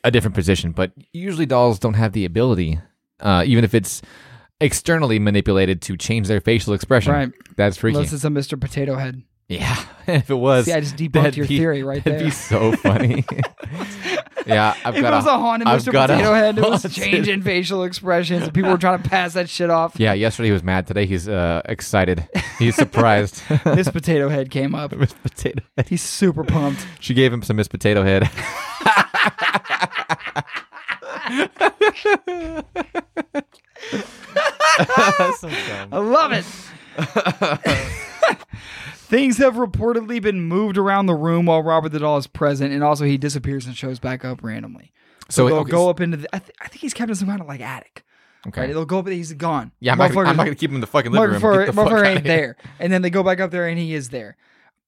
C: a different position, but usually dolls don't have the ability, uh, even if it's externally manipulated to change their facial expression.
B: Right.
C: That's freaky.
B: Unless it's a Mr. Potato Head.
C: yeah. if it was,
B: See, I just debunked
C: that'd
B: your
C: be-
B: theory right
C: that'd
B: there.
C: be so funny. yeah, I've
B: If it
C: got
B: was a haunted
C: I've
B: Mr.
C: got a
B: Potato Head, it was
C: haunted-
B: changing facial expressions, and people were trying to pass that shit off.
C: Yeah, yesterday he was mad. Today he's uh, excited. He's surprised.
B: Miss Potato Head came up.
C: Miss Potato Head.
B: He's super pumped.
C: She gave him some Miss Potato Head.
B: I love it. Things have reportedly been moved around the room while Robert the Doll is present, and also he disappears and shows back up randomly. So,
C: So,
B: they'll
C: Oh, okay,
B: go up into the. I, th- I think he's kept in some kind of like attic.
C: Okay.
B: Right? They'll go up, and he's gone.
C: yeah, I'm not, gonna, I'm
B: Motherfucker-
C: not gonna keep him in the fucking living room.
B: Motherfucker
C: Get the fuck
B: motherfucker
C: outta
B: ain't
C: here.
B: there. And then they go back up there, and he is there.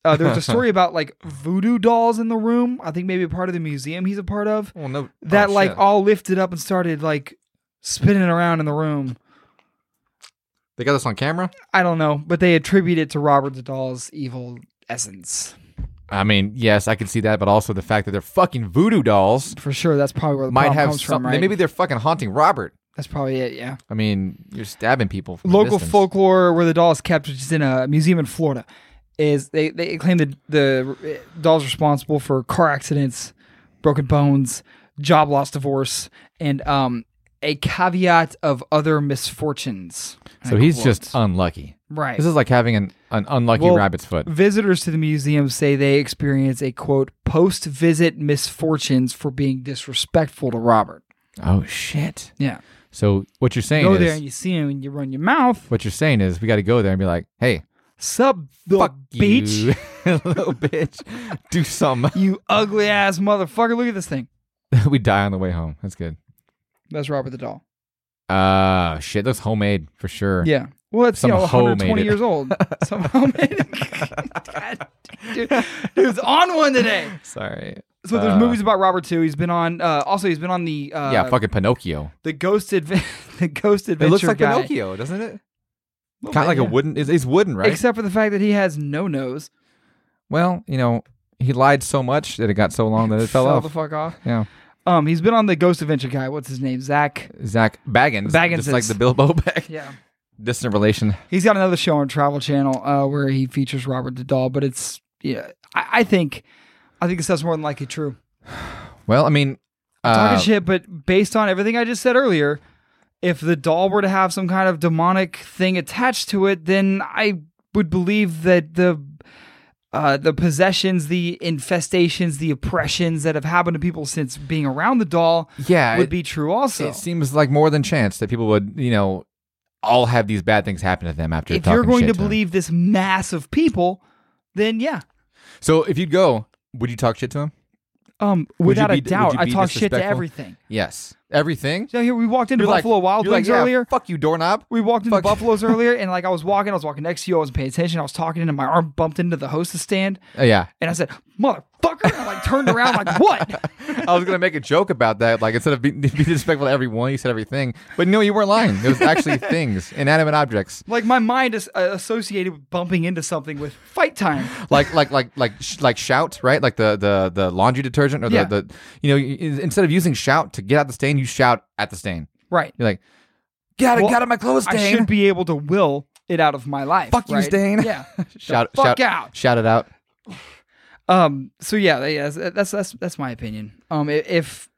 B: Uh, there's a story about like voodoo dolls in the room. I think maybe part of the museum he's a part of
C: Well, no,
B: that
C: oh,
B: like
C: shit.
B: all lifted up and started like spinning around in the room.
C: they got this on camera.
B: I don't know, but they attribute it to Robert the Doll's evil essence.
C: I mean, yes, I can see that, but also the fact that they're fucking voodoo dolls
B: For sure, that's probably where the
C: might
B: problem
C: have
B: comes from,
C: something.
B: right?
C: Maybe they're fucking haunting Robert.
B: that's probably it. Yeah.
C: I mean, you're stabbing people. From a
B: Local
C: distance.
B: folklore where the doll is kept, which is in a museum in Florida, is they they claim that the uh, doll's responsible for car accidents, broken bones, job loss, divorce, and um a caveat of other misfortunes.
C: So he's just unlucky.
B: right.
C: This is like having an, an unlucky
B: Well,
C: rabbit's foot.
B: Visitors to the museum say they experience a quote post visit misfortunes for being disrespectful to Robert.
C: Oh shit!
B: Yeah.
C: So what you're saying
B: Go
C: is
B: there and you see him and you run your mouth.
C: what you're saying is we got to go there and be like, hey,
B: Sup, little
C: fuck
B: beach. You.
C: you, little bitch, do something.
B: ugly ass motherfucker. Look at this thing.
C: we die on the way home. That's good.
B: That's Robert the Doll.
C: Uh shit, that's homemade for sure.
B: Yeah. Well, it's
C: Some
B: you know
C: hoe
B: 120
C: made it.
B: years old. Some hoe made it. God, dude, dude's on one today.
C: Sorry.
B: So there's
C: Uh,
B: movies about Robert too. He's been on. Uh, also, he's been on the uh,
C: yeah, fucking Pinocchio.
B: the Ghost Adve- the Ghost Adventure.
C: It looks like
B: guy.
C: Pinocchio, doesn't it?
B: Well,
C: Kind of like
B: yeah.
C: a wooden. It's, it's wooden, right?
B: Except for the fact that he has no nose.
C: well, you know, he lied so much that it got so long that it fell
B: the
C: off.
B: fuck off.
C: Yeah,
B: Um, he's been on the Ghost Adventure guy. What's his name? Zach.
C: Zach Baggins,
B: Baggins
C: just like
B: is-
C: the Bilbo Baggins,
B: Yeah.
C: distant relation.
B: He's got another show on Travel Channel uh, where he features Robert the Doll, but it's yeah. I, I think, I think this stuff's more than likely true.
C: Well, I mean,
B: Talking
C: uh,
B: shit, but based on everything I just said earlier, if the doll were to have some kind of demonic thing attached to it, then I would believe that the. Uh, the possessions, the infestations, the oppressions that have happened to people since being around the doll
C: yeah,
B: would
C: it-
B: be true also.
C: It seems like more than chance that people would, you know, all have these bad things happen to them after.
B: if you're
C: talking
B: going
C: shit
B: to
C: them.
B: believe this mass of people, then yeah,
C: so if you'd go, would you talk shit to him?
B: um,
C: Would you
B: without
C: be-
B: a
C: would
B: doubt,
C: you
B: I
C: be
B: talk shit to
C: disrespectful?
B: everything.
C: Yes. everything.
B: So here we walked into
C: You're like-
B: Buffalo Wild
C: you're like,
B: Wings
C: yeah,
B: earlier.
C: Fuck you, doorknob.
B: We walked into
C: Fuck.
B: Buffalo's earlier, and like I was walking, I was walking next to you. I wasn't paying attention. I was talking, and my arm bumped into the hostess stand,
C: Uh, yeah.
B: and I said, "Motherfucker!" And I like turned around, like what?
C: I was gonna make a joke about that, like instead of being, being disrespectful to everyone, you said everything. But no, you weren't lying. It was actually things, inanimate objects,
B: Like my mind is uh, associated with bumping into something with fight time.
C: like like like like sh- like shout, right? Like the the the laundry detergent or the,
B: Yeah.
C: the you know you- you- instead of using shout to get out the stain, you shout at the stain.
B: Right.
C: You're like, get out,
B: Well,
C: get out of my clothes, stain.
B: I should be able to will it out of my life.
C: Fuck you,
B: right?
C: Stain.
B: Yeah.
C: shout
B: The fuck
C: shout
B: out.
C: Shout it out.
B: Um. So yeah, yeah, that's that's that's, that's my opinion. Um. i- If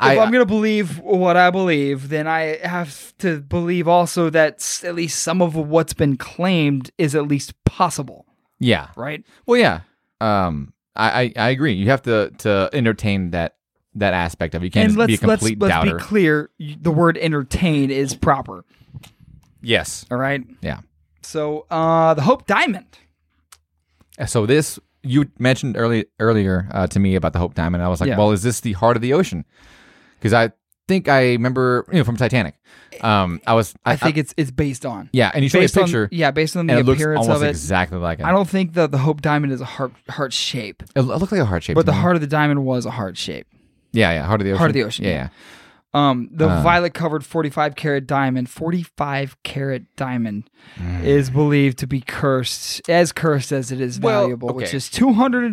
C: I-
B: if I'm gonna believe what I believe, then I have to believe also that s- at least some of what's been claimed is at least possible,
C: Yeah.
B: right?
C: Well, yeah. Um, I, I I agree. You have to to entertain that that aspect of it. You can't
B: and
C: just
B: let's
C: be a
B: let's
C: complete
B: let's
C: doubter.
B: be clear: y- the word "entertain" is proper.
C: yes.
B: All right.
C: Yeah.
B: So, uh, the Hope Diamond.
C: So this you mentioned early earlier uh, to me about the Hope Diamond. I was like,
B: Yeah.
C: well, is this the heart of the ocean? Because I think I remember you know from Titanic. Um, I was I,
B: I think it's it's based on
C: yeah, and you showed me a
B: based
C: picture.
B: on yeah, based on the
C: and it looks
B: appearance
C: almost
B: of it.
C: exactly like it.
B: I don't think that the Hope Diamond is a heart heart shape,
C: it lo- it looked like a heart shape.
B: but the
C: to me.
B: heart of the diamond was a heart shape.
C: yeah, yeah, heart of the ocean.
B: Heart of the ocean,
C: Yeah,
B: yeah.
C: yeah.
B: Um, the
C: Ah.
B: violet covered 45 karat diamond, 45 karat diamond
C: Hmm.
B: is believed to be cursed, as cursed as it is
C: Well,
B: valuable, which
C: okay.
B: is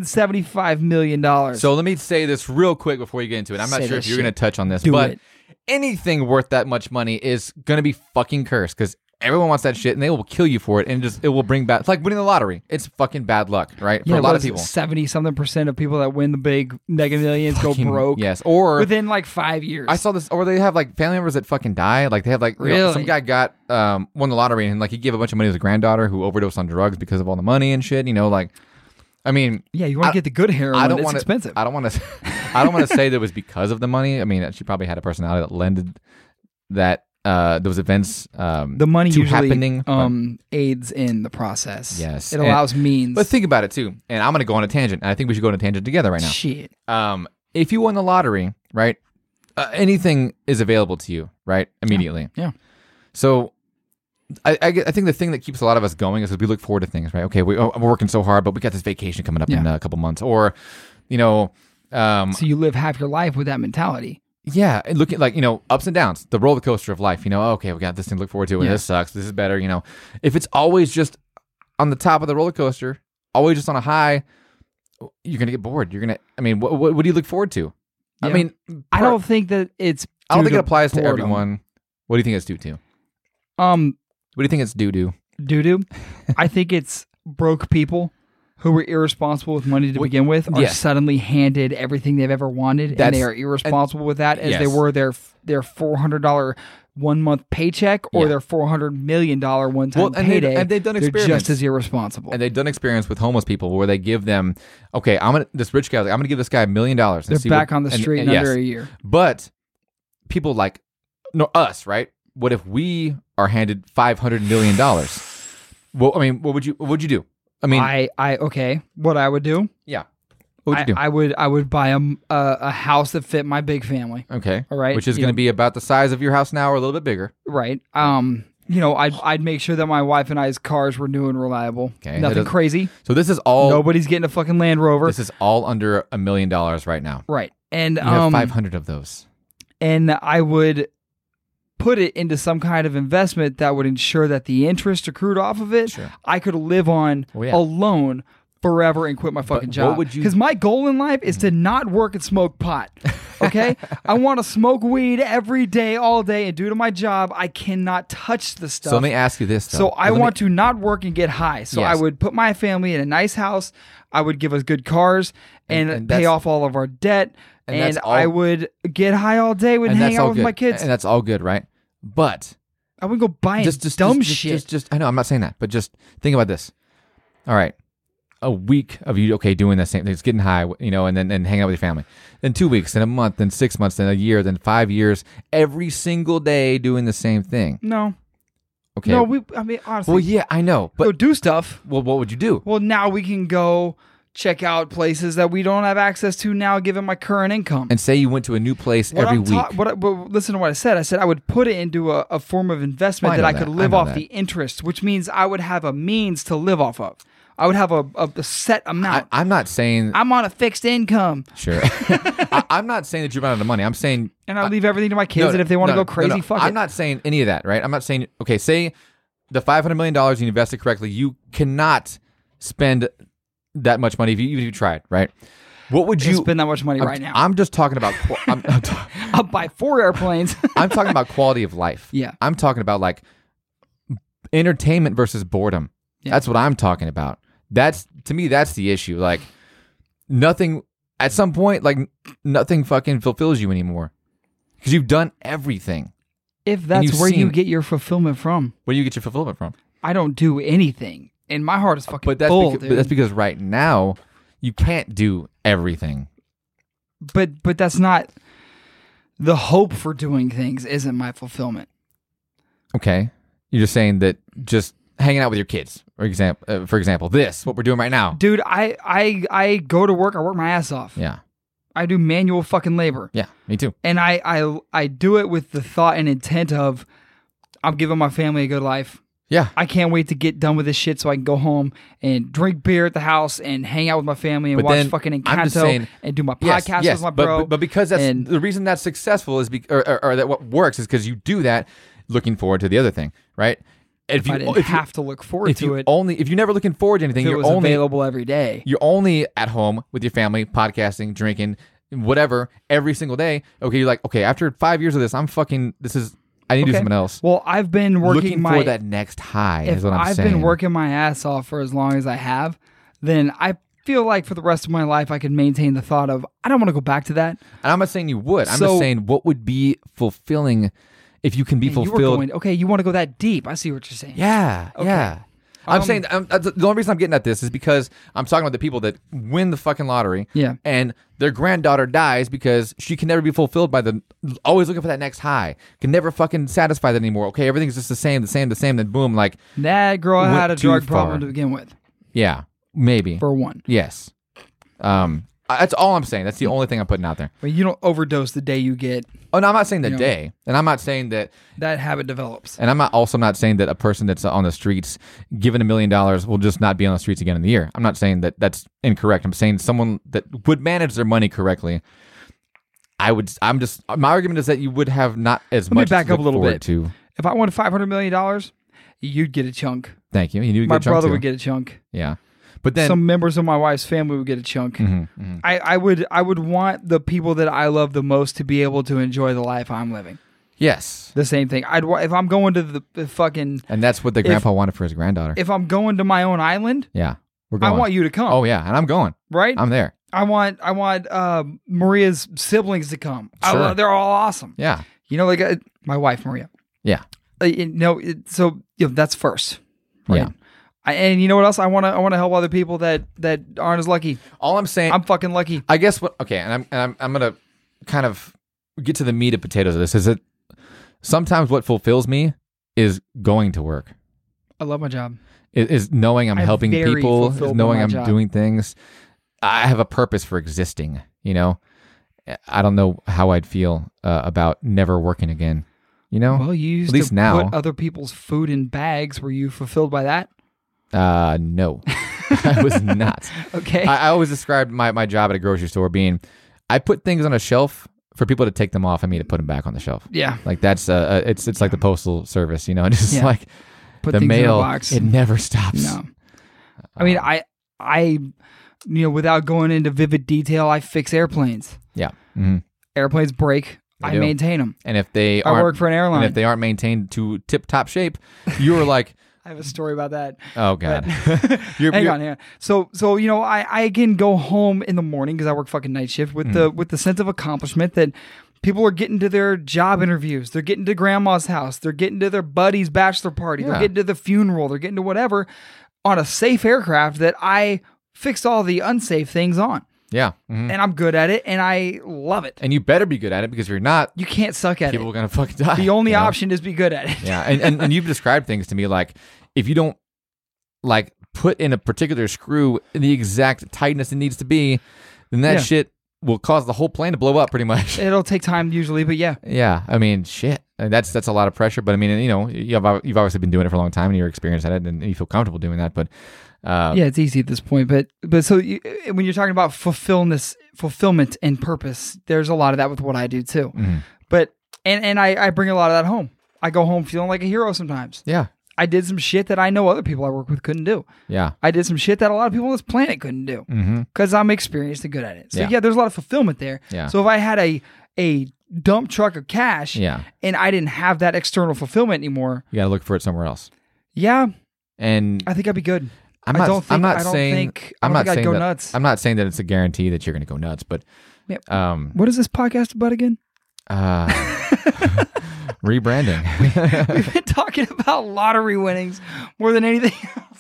B: $275 million.
C: So let me say this real quick before you get into it. I'm not
B: Say
C: sure
B: that
C: if you're
B: shit.
C: going to touch on this,
B: Do
C: but
B: it.
C: anything worth that much money is going to be fucking cursed because everyone wants that shit and they will kill you for it and it just it will bring bad. It's like winning the lottery. It's fucking bad luck, right? For
B: yeah,
C: a lot
B: what
C: of
B: is it,
C: people.
B: 70 something percent of people that win the big mega millions
C: Fucking-
B: go broke
C: Yes. Or
B: within like five years.
C: I saw this, or they have like family members that fucking die. Like they have like you know,
B: Really?
C: some guy got um won the lottery and like he gave a bunch of money to his granddaughter who overdosed on drugs because of all the money and shit. You know, like I mean,
B: yeah, you want
C: I-
B: to get the good heroin.
C: I don't
B: it's
C: want
B: expensive.
C: I don't want to. I don't want to say that it was because of the money. I mean, she probably had a personality that lended that uh, those events. Um,
B: the money
C: to
B: usually
C: happening. but-
B: um, aids in the process.
C: Yes,
B: It
C: and-
B: allows means.
C: but think about it too. And I'm going to go on a tangent. And I think we should go on a tangent together right now.
B: Shit.
C: um, if you won the lottery, right, uh, anything is available to you, right, immediately.
B: Yeah.
C: So, I, I, get- I think the thing that keeps a lot of us going is 'cause we look forward to things, right? Okay, we, oh, we're working so hard, but we got this vacation coming up in
B: Yeah.
C: uh, a couple months, or you know, um,
B: So you live half your life with that mentality.
C: yeah, and look at like you know ups and downs, the roller coaster of life. You know, okay, we got this thing to look forward to, and
B: Yeah.
C: this sucks, this is better. You know, if it's always just on the top of the roller coaster, always just on a high, you're gonna get bored. You're gonna, I mean, what what, what do you look forward to? I
B: Yeah.
C: mean,
B: I don't think that it's.
C: I don't
B: due
C: think it
B: to
C: applies to
B: boredom.
C: everyone. What do you think it's due to? What
B: Um,
C: do you think it's due to?
B: doo doo. I think it's broke people who were irresponsible with money to
C: Well,
B: begin with are
C: yes.
B: suddenly handed everything they've ever wanted, and
C: That's-
B: they are irresponsible with that as they
C: yes.
B: were their their four hundred dollar one month paycheck or
C: Yeah.
B: their four hundred million dollar one time
C: Well, and they-
B: payday.
C: and they've done
B: They're
C: experiments.
B: just as irresponsible.
C: And they've done experience with homeless people where they give them, okay, I'm gonna this rich guy, like, I'm gonna give this guy a million dollars. and
B: They're
C: see
B: back
C: what-
B: on the
C: and-
B: street
C: and-
B: in
C: yes.
B: under a year.
C: But people like no us, right? What if we are handed five hundred million dollars? Well, I mean, what would you what would you do? I mean,
B: I, I okay. What I would do?
C: yeah, what would
B: I,
C: you do?
B: I would I would buy a, m- a a house that fit my big family.
C: okay,
B: All right,
C: which is
B: you
C: going to
B: know.
C: be about the size of your house now, or a little bit bigger.
B: Right. Um, you know, I'd I'd make sure that my wife and I's cars were new and reliable.
C: Okay, that
B: Nothing
C: doesn't-
B: crazy.
C: So this is all
B: Nobody's getting a fucking Land Rover.
C: this is all under a million dollars right now.
B: right. And
C: You have
B: um
C: five hundred of those.
B: and I would put it into some kind of investment that would ensure that the interest accrued off of it
C: Sure.
B: I could live on
C: Well, yeah.
B: alone forever and quit my fucking
C: what
B: job.
C: would you- Mm-hmm.
B: Cuz my goal in life is to not work and smoke pot. Okay? I want to smoke weed every day all day and due to my job I cannot touch the stuff.
C: So let me ask you this. Though.
B: So I
C: Let me-
B: want to not work and get high. So I
C: Yes.
B: would put my family in a nice house. I would give us good cars and,
C: and
B: pay
C: that's-
B: off all of our debt.
C: and
B: And,
C: that's all-
B: I would get high all day and, hang out with
C: good.
B: my kids.
C: and that's all good, right? But
B: I would go buy
C: just, just
B: dumb
C: just, just-
B: shit.
C: Just, just- I know I'm not saying that, but just think about this. All right, a week of you okay doing the same thing, just getting high, you know, and then and hanging out with your family. Then two weeks, then a month, then six months, then a year, then five years, every single day doing the same thing.
B: no,
C: Okay.
B: no. We, I mean, honestly,
C: well, yeah, I know,
B: go
C: but
B: do stuff.
C: well, what would you do?
B: Well, now we can go check out places that we don't have access to now, given my current income.
C: And say you went to a new place
B: what
C: every
B: I'm ta-
C: week.
B: what I, but listen to what I said. I said I would put it into a, a form of investment
C: I
B: that
C: know
B: I
C: that.
B: could
C: I
B: live
C: know
B: off
C: that.
B: the interest, which means I would have a means to live off of. I would have a, a, a set
C: I,
B: amount. I,
C: I'm not saying
B: am on a fixed income,
C: sure. I, I'm not saying that you run out of money. I'm saying
B: and I leave everything to my kids.
C: No,
B: and if they want to
C: no,
B: go
C: no,
B: crazy,
C: no.
B: fuck
C: I'm
B: it.
C: not saying any of that, right? I'm not saying okay, say the five hundred million dollars you invested correctly, you cannot spend that much money if you even if you tried, right? What would
B: you
C: you
B: spend that much money
C: I'm,
B: right now.
C: I'm just talking about qu- I'm, I'm, ta-
B: I'll buy four airplanes.
C: I'm talking about quality of life.
B: Yeah.
C: I'm talking about like entertainment versus boredom.
B: Yeah.
C: That's what I'm talking about. That's to me that's the issue. Like nothing at some point like nothing fucking fulfills you anymore. Cuz you've done everything.
B: if that's
C: you've
B: where you
C: seen-
B: get your fulfillment from,
C: Where do you get your fulfillment from?
B: I don't do anything, and my heart is fucking
C: but that's
B: full,
C: becau- but
B: dude.
C: that's because right now you can't do everything.
B: but but that's not the hope for doing things. Isn't my fulfillment?
C: Okay, you're just saying that just hanging out with your kids, for example, uh, for example, this what we're doing right now.
B: dude I, I i go to work i work my ass off
C: Yeah,
B: i do manual fucking labor
C: yeah, me too.
B: and I, I i do it with the thought and intent of i'm giving my family a good life
C: Yeah,
B: i can't wait to get done with this shit so i can go home and drink beer at the house and hang out with my family and
C: But
B: watch
C: then,
B: fucking
C: I'm
B: encanto
C: just saying-
B: and do my
C: Yes,
B: podcast with my
C: but,
B: bro
C: But, but because that's
B: and-
C: the reason that's successful is be, or, or, or that what works is because you do that, looking forward to the other thing, right? If you
B: i didn't
C: if you,
B: have to look forward
C: if
B: to
C: you
B: it
C: only if you're never looking forward to anything,
B: if it
C: you're
B: was
C: only
B: available every day
C: you're only at home with your family, podcasting, drinking, whatever, every single day. Okay, you're like, okay, after five years of this, I'm fucking. This is I need to do
B: Okay.
C: something else.
B: well i've been working
C: Looking
B: my
C: for that next high is
B: if
C: what I'm
B: I've
C: saying.
B: been working my ass off for as long as I have, then I feel like for the rest of my life I can maintain the thought of I don't want to go back to that.
C: and I'm not saying you would. I'm
B: So-
C: just saying what would be fulfilling if you can be
B: And you were
C: fulfilled.
B: going, okay, you want to go that deep. I see what you're saying.
C: yeah, yeah.
B: Um,
C: I'm saying I'm, that's the only reason I'm getting at this is because I'm talking about the people that win the fucking lottery.
B: Yeah.
C: And their granddaughter dies because she can never be fulfilled by the always looking for that next high. Can never fucking satisfy that anymore. Okay, everything's just the same, the same, the same. Then boom, like
B: That girl
C: Went
B: had a
C: too
B: drug
C: far.
B: problem to begin with,
C: yeah, maybe
B: for one.
C: yes. Um, I- that's all I'm saying. That's
B: Mm.
C: the only thing I'm putting out there.
B: But you don't overdose the day you get
C: Oh, no, I'm not saying the day, and I'm not saying that,
B: that habit develops.
C: and I'm not also not saying that a person that's on the streets given a million dollars will just not be on the streets again in the year. I'm not saying that that's incorrect. I'm saying someone that would manage their money correctly. I would. I'm just. My argument is that you would have not as
B: me
C: much. to
B: back up a
C: look
B: little
C: forward
B: bit.
C: To
B: If I won five hundred million dollars, you'd get a chunk.
C: thank you. You knew
B: My brother would get a chunk.
C: Yeah, but then Mm-hmm,
B: Some members of my wife's family would get a chunk. I, I would I would want the people that I love the most to be able to enjoy the life I'm living.
C: yes,
B: the same thing. I'd wa- if I'm going to the, the fucking
C: and that's what the grandpa wanted for his granddaughter.
B: if I'm going to my own island,
C: yeah, we're
B: I
C: going.
B: want you to come.
C: Oh yeah, and I'm going.
B: right. i
C: I'm there.
B: want I want uh, Maria's siblings to come. I
C: Sure.
B: lo- they're all awesome.
C: Yeah,
B: You know, like uh, my wife Maria.
C: yeah,
B: Uh, you know, it, so you know, that's first. Right.
C: yeah.
B: I, and you know what else? I want to I want to help other people that that aren't as lucky.
C: All I'm saying,
B: I'm fucking lucky.
C: I guess what okay, and I'm and I'm I'm gonna kind of get to the meat and potatoes of this. Is that sometimes what fulfills me is going to work,
B: I love my job.
C: is, is knowing I'm,
B: I'm
C: helping
B: very
C: people, is
B: fulfilled by
C: knowing
B: my
C: I'm
B: job.
C: doing things. I have a purpose for existing. You know, I don't know how I'd feel uh, about never working again. You know,
B: Well, you used
C: at least
B: to
C: now.
B: put other people's food in bags. Were you fulfilled by that?
C: uh, no, I was not.
B: Okay.
C: I, I always described my, my job at a grocery store being I put things on a shelf for people to take them off and me to put them back on the shelf.
B: yeah.
C: Like that's uh, uh, it's it's like the postal service, you know, just
B: Yeah.
C: like
B: Put
C: the
B: things in a
C: mail,
B: box.
C: it never stops.
B: No. I
C: Uh,
B: mean, I, I, you know, without going into vivid detail, I fix airplanes.
C: Yeah, hmm
B: Airplanes break. I
C: do.
B: maintain them.
C: and if they
B: I
C: aren't,
B: work for an
C: and
B: airline.
C: if they aren't maintained to tip top shape, you're like,
B: I have a story about that.
C: oh god, you're,
B: Hang
C: you're-
B: on, hang on. So, so you know, I, I can go home in the morning because I work fucking night shift with
C: Mm-hmm.
B: the with the sense of accomplishment that people are getting to their job interviews, they're getting to grandma's house, they're getting to their buddy's bachelor party,
C: Yeah.
B: they're getting to the funeral, they're getting to whatever on a safe aircraft that I fixed all the unsafe things on.
C: yeah, mhm.
B: and I'm good at it and I love it.
C: and you better be good at it because if you're not,
B: You can't suck at
C: people are
B: it.
C: gonna fucking die.
B: The only
C: you know?
B: option is be good at it.
C: Yeah, and, and and you've described things to me like if you don't like put in a particular screw in the exact tightness it needs to be, then that
B: Yeah.
C: shit will cause the whole plane to blow up pretty much.
B: It'll take time usually, but yeah.
C: yeah, I mean, shit. I mean, that's that's a lot of pressure, but I mean, you know, you've ob- you've obviously been doing it for a long time and you're experienced at it and you feel comfortable doing that, but uh,
B: yeah, it's easy at this point, but but so you, uh, when you're talking about fulfillness, fulfillment and purpose, there's a lot of that with what I do too.
C: mhm.
B: But and and I, I bring a lot of that home. I go home feeling like a hero sometimes.
C: yeah,
B: I did some shit that I know other people I work with couldn't do.
C: yeah.
B: I did some shit that a lot of people on this planet couldn't do
C: hmm
B: because I'm experienced and good at it. So
C: Yeah.
B: yeah. there's a lot of fulfillment there.
C: Yeah.
B: So if I had a a dump truck of cash
C: Yeah.
B: and I didn't have that external fulfillment anymore,
C: You got to look for it somewhere else.
B: yeah,
C: And
B: I think I'd be good.
C: I'm
B: I
C: not.
B: don't think-
C: I'm not
B: I don't
C: saying.
B: think- I
C: I'm
B: don't
C: not
B: think I'd
C: saying
B: go
C: that,
B: nuts.
C: I'm not saying that it's a guarantee that you're going to go nuts, but
B: Yep.
C: um,
B: What is this podcast about again?
C: uh, rebranding.
B: We've been talking about lottery winnings more than anything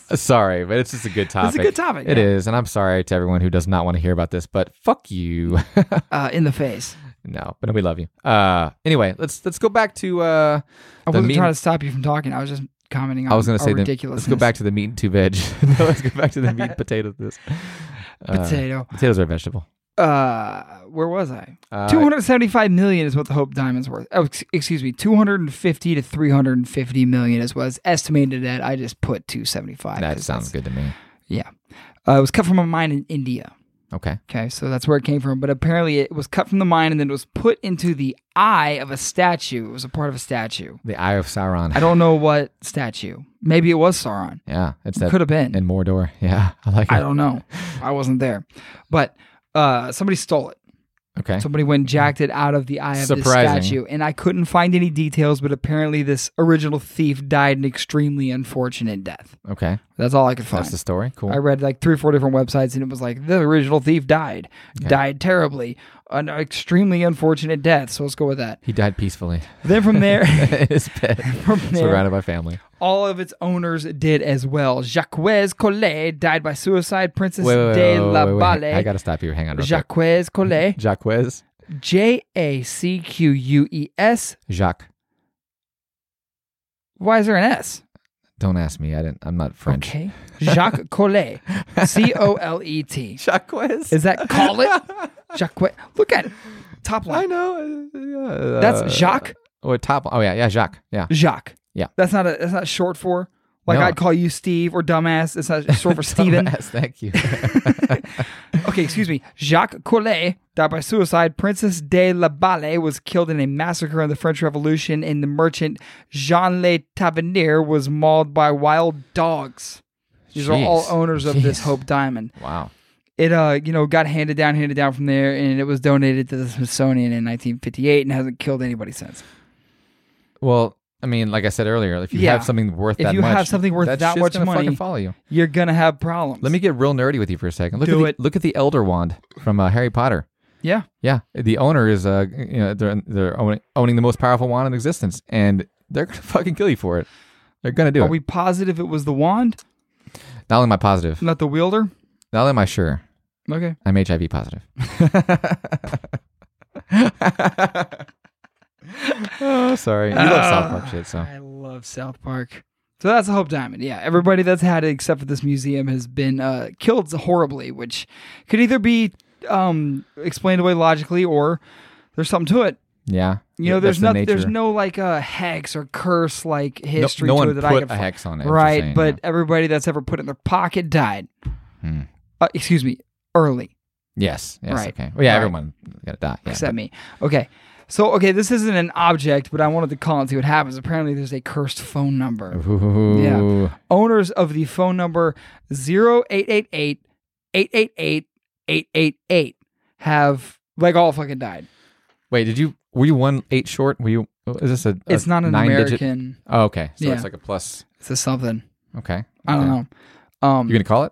B: else.
C: sorry, but it's just a good topic.
B: It's a good topic.
C: It
B: yeah.
C: is, and I'm sorry to everyone who does not want to hear about this, but fuck you.
B: Uh, in the face.
C: no, but we love you. Uh, anyway, let's let's go back to. Uh,
B: I
C: The
B: wasn't
C: mean-
B: trying to stop you from talking. I was just commenting on
C: I was going to say the,
B: ridiculous.
C: Let's go back to the meat and two veg. no, let's go back to the meat and potatoes. This Uh,
B: potato.
C: potatoes are a vegetable.
B: Uh, where was I?
C: Uh,
B: 275 million is what the Hope Diamond's worth. Oh, ex- excuse me. 250 to 350 million is what it's estimated at. I just put 275.
C: That
B: 'cause that's-
C: sounds good to me.
B: Yeah. Uh, it was cut from a mine in India.
C: Okay.
B: Okay, so that's where it came from. But apparently, it was cut from the mine and then it was put into the eye of a statue. It was a part of a statue.
C: The Eye of Sauron.
B: I don't know what statue. Maybe it was Sauron.
C: Yeah, it's that
B: Could have been.
C: and Mordor. Yeah, I like it.
B: I don't know. I wasn't there. But uh, somebody stole it.
C: okay.
B: Somebody went and jacked it out of the eye of
C: Surprising.
B: this statue. And I couldn't find any details, but apparently this original thief died an extremely unfortunate death.
C: okay.
B: That's all I could find.
C: That's the story. Cool.
B: I read like three or four different websites and it was like the original thief died. Died terribly. An extremely unfortunate death. So let's go with that.
C: he died peacefully
B: Then from there
C: in his bed,
B: from there
C: surrounded by family.
B: all of its owners did as well. Jacques Collet died by suicide. Princess
C: Wait, wait,
B: de
C: wait, wait,
B: la
C: wait, wait. I
B: Balle.
C: gotta stop you. Hang on. real quick.
B: Jacques Collet.
C: Jacques.
B: J A C Q U E S.
C: Jacques.
B: Why is there an S?
C: Don't ask me. I didn't. I'm not French.
B: Okay. Jacques Collet. C O L E T.
C: Jacques.
B: Is that call it? Jacques. Look at it. top
C: I
B: line.
C: know. uh,
B: That's
C: uh,
B: Jacques.
C: Oh, top. Oh yeah, yeah. Jacques. Yeah.
B: Jacques.
C: Yeah.
B: That's not a. That's not short for. Like
C: No.
B: I'd call you Steve or dumbass. It's not short for Steven.
C: Dumbass, Thank you.
B: Okay, excuse me. Jacques Collet died by suicide. Princess de la Balle was killed in a massacre in the French Revolution, and the merchant Jean Le Tavernier was mauled by wild dogs. These are all
C: Jeez.
B: owners of this
C: Jeez.
B: Hope Diamond.
C: wow.
B: It uh, you know, got handed down, handed down from there, and it was donated to the Smithsonian in 1958, and hasn't killed anybody since.
C: Well, I mean, like I said earlier, if you
B: Yeah.
C: have something worth
B: If
C: that
B: you
C: much,
B: have something worth that
C: shit's
B: much
C: gonna fucking
B: money-
C: follow you.
B: You're gonna have problems.
C: Let me get real nerdy with you for a second. Look
B: Do
C: at the,
B: it.
C: Look at the Elder Wand from uh, Harry Potter.
B: Yeah.
C: Yeah, the owner is uh, you know, they're they're owning, owning the most powerful wand in existence, and they're gonna fucking kill you for it. They're gonna do
B: Are
C: it.
B: we positive it was the wand,
C: not only am I positive,
B: not the wielder?
C: not only am I sure,
B: Okay.
C: I'm HIV positive. oh, sorry. You love South Park shit, so
B: I love South Park. So that's the Hope Diamond. Yeah, everybody that's had it except for this museum has been uh, killed horribly, which could either be um, explained away logically or there's something to it.
C: yeah.
B: You know,
C: That's
B: there's
C: the
B: not, there's
C: nature.
B: no like a hex or curse like
C: No-
B: history
C: no,
B: to
C: one
B: it that
C: put
B: I can
C: a
B: find.
C: hex on it, is what you're
B: right,
C: saying,
B: but everybody that's ever put it in their pocket died.
C: Hmm.
B: Uh, excuse me, early.
C: yeah. yes, yes,
B: Right.
C: okay. Well, yeah,
B: Right.
C: everyone got to die. Yeah,
B: except me. Okay. So okay, this isn't an object, but I wanted to call and see what happens. Apparently there's a cursed phone number.
C: but- Ooh.
B: owners of the phone number 0888 888 888 have like all fucking died.
C: Wait, did you? Were you one eight short? Were you? Is this a? a
B: It's not an
C: nine
B: American.
C: Digit? Oh, okay. So
B: Yeah.
C: it's like a plus.
B: It's a something.
C: Okay.
B: I don't
C: Okay.
B: know. Um
C: You gonna call it?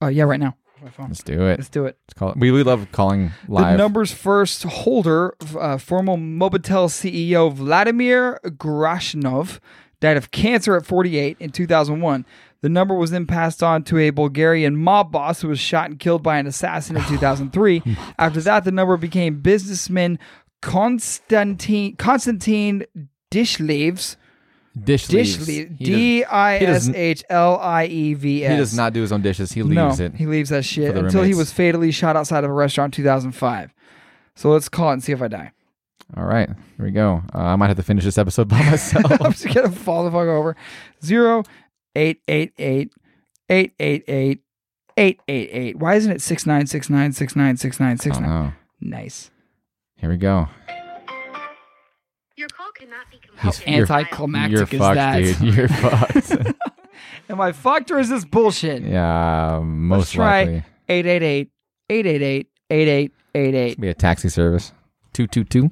B: oh, yeah, right now. My phone.
C: Let's do it.
B: Let's do it.
C: Let's call it. We, we love calling
B: The
C: live.
B: number's first holder, uh, former Mobitel CEO Vladimir Grashnov, died of cancer at 48 in 2001. The number was then passed on to a Bulgarian mob boss who was shot and killed by an assassin in 2003. After that, the number became businessman Konstantin Konstantin Dishlev's
C: Dish, leaves.
B: Dishlie.
C: He does-
B: D I S H L I E V
C: He
B: S.
C: does, not do his own dishes. He
B: No,
C: leaves it.
B: he leaves that shit
C: for the
B: until he
C: roommates.
B: was fatally shot outside of a restaurant in 2005. So let's call it and see if I die.
C: All right, here we go. Uh, I might have to finish this episode by myself.
B: I'm just gonna fall the fuck over. Zero, eight, eight, eight, eight, eight, eight, eight, eight, eight. Why isn't it six nine six nine six nine six nine
C: I
B: six
C: don't
B: nine?
C: know.
B: Nice.
C: Here we go.
D: Your call cannot be completed.
C: He's-
D: Your-
B: anticlimactic
C: You're
B: is
C: fucked,
B: that?
C: dude. You're fucked.
B: Am I fucked or is this bullshit?
C: yeah, most
B: Let's try
C: likely.
B: Eight eight eight eight eight eight eight eight eight eight.
C: Be a taxi service. Two two two.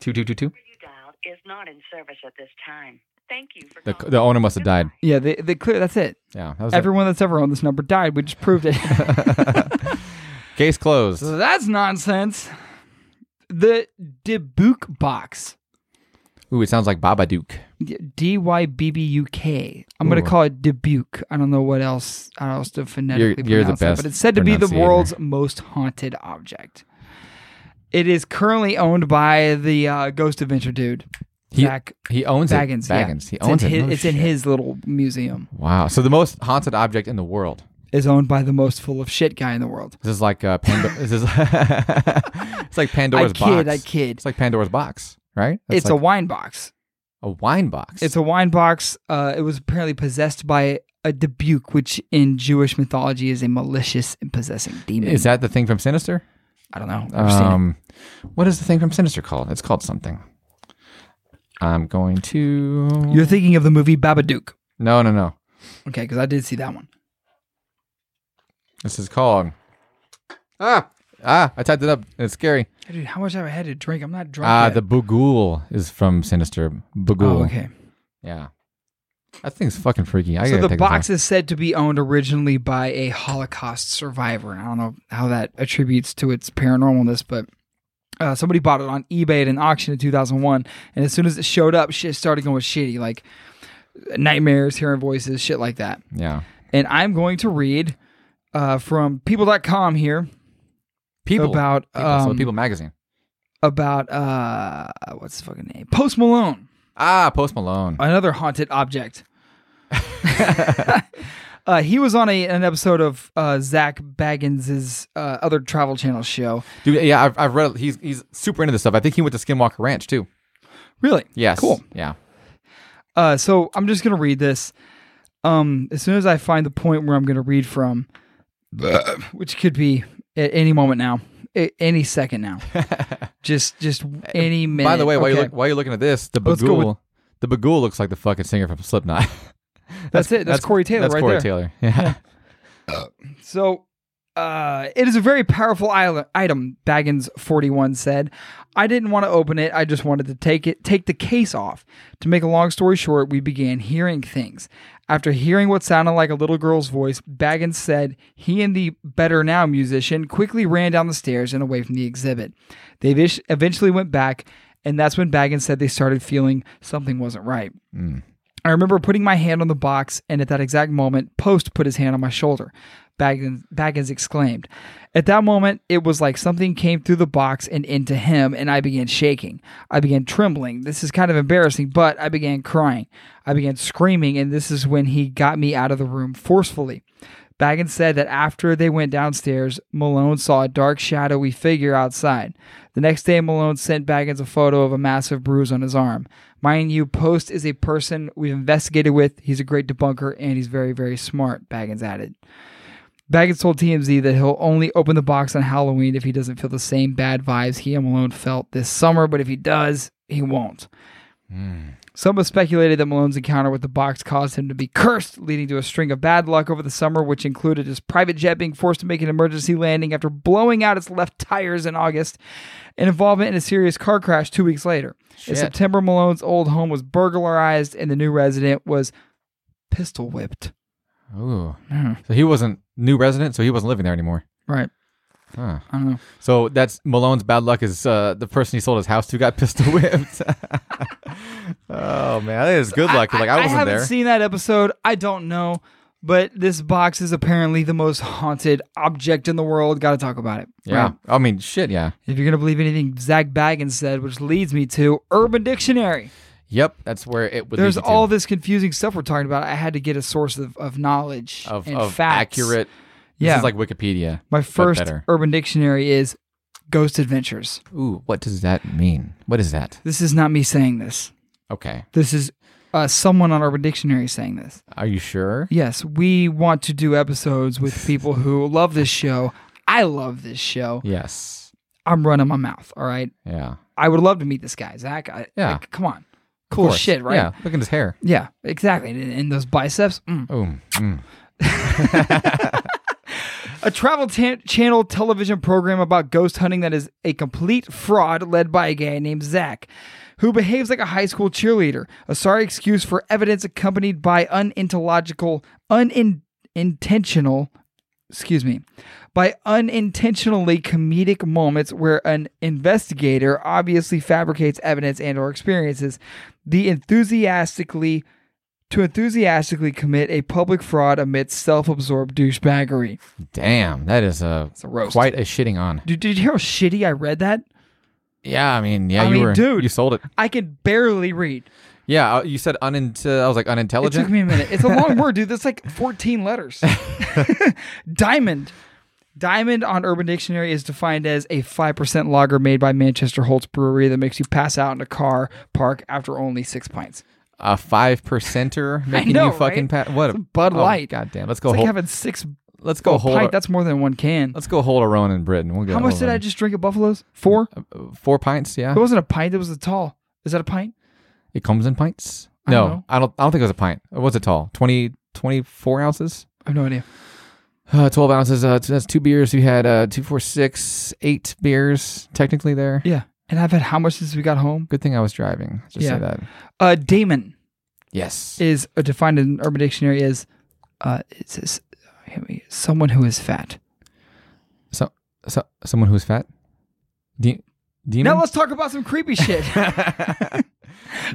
C: Two two two two.
D: you dialed is not in service at this time. Thank you for
C: The
D: calling.
C: the owner must have died.
B: Yeah, they, they clear. That's it.
C: Yeah, that was it.
B: Everyone that's ever owned this number died. We just proved it.
C: Case closed.
B: so that's nonsense. The Dibuk box.
C: Ooh, it sounds like Baba Duke.
B: D Y B B U K. I'm gonna
C: Ooh.
B: call it Dubuque. I don't know what else how else to phonetically
C: you're the
B: pronounce that,
C: best
B: but it's said to be the
C: pronunciator.
B: world's most haunted object. It is currently owned by the uh, Ghost Adventure dude,
C: He-
B: Zach
C: He owns
B: Baggins.
C: it. Baggins.
B: Yeah.
C: He owns
B: it's in
C: it.
B: His,
C: No
B: it's in
C: shit.
B: his little museum.
C: Wow. So the most haunted object in the world.
B: Is owned by the most full of shit guy in the world.
C: This is like uh, Pandora. this is it's like Pandora's
B: I kid,
C: box.
B: I kid.
C: It's like Pandora's box, right? That's
B: It's a
C: like
B: wine box.
C: a wine box.
B: It's a wine box. Uh, it was apparently possessed by a Dubuque, which in Jewish mythology is a malicious and possessing demon.
C: Is that the thing from Sinister?
B: I don't know. I've never seen it.
C: Um, what is the thing from Sinister called? It's called something. I'm going to.
B: You're thinking of the movie Babadook.
C: no, no, no.
B: Okay, because I did see that one.
C: This is called. Ah, ah! I typed it up. It's scary.
B: Dude, how much have I had to drink? I'm not drunk.
C: Ah,
B: yet.
C: the Bugul is from Sinister. Bugul.
B: oh, okay.
C: Yeah. That thing's fucking freaky. I
B: So
C: gotta
B: the
C: take this off.
B: box is said to be owned originally by a Holocaust survivor. I don't know how that attributes to its paranormalness, but uh, somebody bought it on eBay at an auction in 2001, and as soon as it showed up, shit started going shitty, like nightmares, hearing voices, shit like that.
C: Yeah.
B: And I'm going to read uh, from people.com here
C: People.
B: about
C: people. so
B: um,
C: People magazine.
B: about uh, what's the fucking name? Post Malone.
C: Ah, Post Malone.
B: another haunted object. uh, he was on a, an episode of uh, Zach Baggins' uh, other Travel Channel show.
C: Dude, yeah, I've, I've read. He's he's super into this stuff. I think he went to Skinwalker Ranch too.
B: Really?
C: Yes.
B: Cool.
C: Yeah.
B: Uh, so I'm just gonna read this. Um, as soon as I find the point where I'm gonna read from, which could be at any moment now, a- any second now, just just any minute.
C: By the way, while you
B: Okay.
C: look, while you're looking at this, the
B: Let's go
C: Bagul, the Bagul looks like the fucking singer from Slipknot.
B: that's, it. That's, Corey Taylor
C: That's
B: right
C: Corey
B: there.
C: Taylor. Yeah.
B: So, uh, it is a very powerful isle- item. Baggins forty one said, "I didn't want to open it. I just wanted to take it, take the case off." To make a long story short, we began hearing things. After hearing what sounded like a little girl's voice, Baggins said he and the Better Now musician quickly ran down the stairs and away from the exhibit. They evis- eventually went back, and that's when Baggins said they started feeling something wasn't right. I remember putting my hand on the box, and at that exact moment, Post put his hand on my shoulder. Baggins, Baggins exclaimed. At that moment, it was like something came through the box and into him, and I began shaking. I began trembling. This is kind of embarrassing, but I began crying. I began screaming, and this is when he got me out of the room forcefully. Baggins said that after they went downstairs, Malone saw a dark, shadowy figure outside. The next day, Malone sent Baggins a photo of a massive bruise on his arm. Mind you, Post is a person we've investigated with. He's a great debunker and he's very, very smart, Baggins added. Baggins told TMZ that he'll only open the box on Halloween if he doesn't feel the same bad vibes he and Malone felt this summer, but if he does, he won't. Some have speculated that Malone's encounter with the box caused him to be cursed, leading to a string of bad luck over the summer, which included his private jet being forced to make an emergency landing after blowing out its left tires in August, and involvement in a serious car crash two weeks later. In
C: Shit.
B: September, Malone's old home was burglarized, and the new resident was pistol whipped.
C: Ooh. So he wasn't new resident, so he wasn't living there anymore.
B: Right.
C: Huh.
B: I don't know.
C: So that's Malone's bad luck is uh, the person he sold his house to got pistol whipped. oh man, that is good luck. like I wasn't
B: haven't
C: there.
B: seen that episode. I don't know, but this box is apparently the most haunted object in the world. Got to talk about it.
C: yeah.
B: Right.
C: I mean, shit. Yeah.
B: If you're gonna believe anything Zach Baggins said, which leads me to Urban Dictionary.
C: Yep, that's where it would.
B: There's
C: lead you
B: all
C: to,
B: this confusing stuff we're talking about. I had to get a source of, of knowledge
C: of,
B: and
C: of
B: facts.
C: accurate. This
B: Yeah.
C: is like Wikipedia.
B: My first er
C: better.
B: urban dictionary is Ghost Adventures.
C: Ooh, what does that mean? What is that?
B: This is not me saying this.
C: Okay,
B: This is uh, someone on Urban Dictionary saying this.
C: are you sure?
B: Yes, we want to do episodes with people who love this show. I love this show.
C: Yes.
B: I'm running my mouth. All right.
C: Yeah.
B: I would love to meet this guy, Zach. I,
C: Yeah.
B: like, come on.
C: Of
B: Cool
C: course.
B: shit, right?
C: Yeah. Look at his hair.
B: Yeah, exactly. And, and those biceps. mm.
C: Ooh. mm.
B: A travel tan- channel television program about ghost hunting that is a complete fraud led by a guy named Zach, who behaves like a high school cheerleader. A sorry excuse for evidence accompanied by unintological, unintentional, excuse me, by unintentionally comedic moments where an investigator obviously fabricates evidence and or experiences. The enthusiastically to enthusiastically commit a public fraud amidst self-absorbed douchebaggery.
C: Damn, that is a,
B: a roast.
C: quite a shitting on.
B: Dude, did you hear how shitty I read that?
C: Yeah, I mean, yeah,
B: I
C: you
B: mean,
C: were,
B: dude.
C: you sold it.
B: I can barely read.
C: Yeah, uh, you said unint. I was like
B: It
C: unintelligent.
B: took me a minute. It's a long word, dude. That's like 14 letters. Diamond. Diamond on Urban Dictionary is defined as a 5% lager made by Manchester Holtz Brewery that makes you pass out in a car park after only six pints.
C: a five percenter making
B: know,
C: you fucking
B: right?
C: pa- what
B: It's a Bud
C: oh,
B: Light.
C: Goddamn, let's
B: It's
C: go.
B: like
C: hold,
B: having six
C: let's go
B: go
C: hold.
B: pint.
C: a-
B: That's more than one can.
C: let's go hold a Rhone in Britain. We'll get
B: How
C: a
B: much
C: hold Uh,
B: did
C: of
B: I
C: it.
B: just drink at Buffalo's? Four?
C: Four pints. Yeah,
B: It wasn't a pint. It was a tall. Is that a pint?
C: it comes in pints.
B: I
C: no,
B: don't know.
C: I don't. I don't think it was a pint. It was a tall 20, 24 ounces.
B: I have no idea.
C: Uh, twelve ounces. Uh, t- that's two beers. You had uh, two, four, six, eight beers technically there.
B: Yeah. And I've had how much since we got home?
C: Good thing I was driving. Just
B: Yeah.
C: say that.
B: Uh, Damon.
C: Yes.
B: is uh, defined in Urban Dictionary as uh, it's, it's hit me, someone who is fat.
C: so, so someone who's fat. De- demon.
B: Now let's talk about some creepy shit.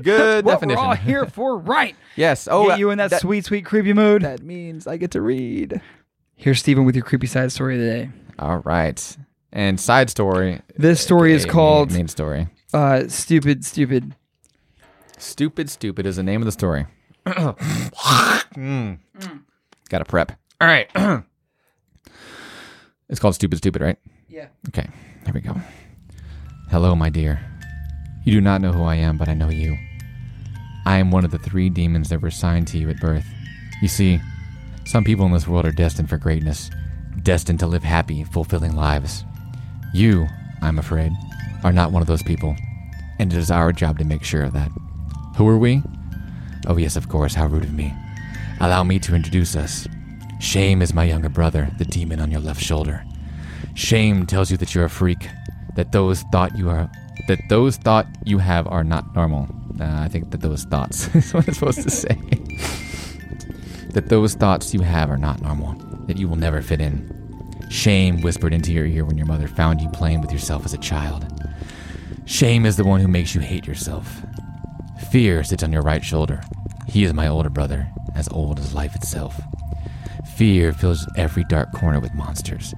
C: Good
B: what
C: definition.
B: we're all here for, right?
C: Yes.
B: Oh,
C: Oh,
B: Get you in that,
C: that-
B: sweet, sweet creepy mood.
C: that means I get to read.
B: Here's Stephen with your creepy side story of the day.
C: All right. And side story.
B: This story is
C: aka
B: called
C: Main, main story.
B: uh, "Stupid, Stupid."
C: Stupid, stupid is the name of the story. Mm. Gotta prep. All right. it's called Stupid, Stupid, right?
B: Yeah.
C: Okay, here we go. Hello, my dear. You do not know who I am, but I know you. I am one of the three demons that were assigned to you at birth. You see, some people in this world are destined for greatness, destined to live happy, fulfilling lives. You, I'm afraid, are not one of those people, and it is our job to make sure of that. Who are we? Oh, yes, of course, how rude of me. Allow me to introduce us. Shame is my younger brother, the demon on your left shoulder. Shame tells you that you're a freak, that those thought you are, that those thought you have are not normal. Uh, I think that those thoughts is what I'm supposed to say. that those thoughts you have are not normal, that you will never fit in. Shame whispered into your ear when your mother found you playing with yourself as a child. Shame is the one who makes you hate yourself. Fear sits on your right shoulder. He is my older brother, as old as life itself. Fear fills every dark corner with monsters,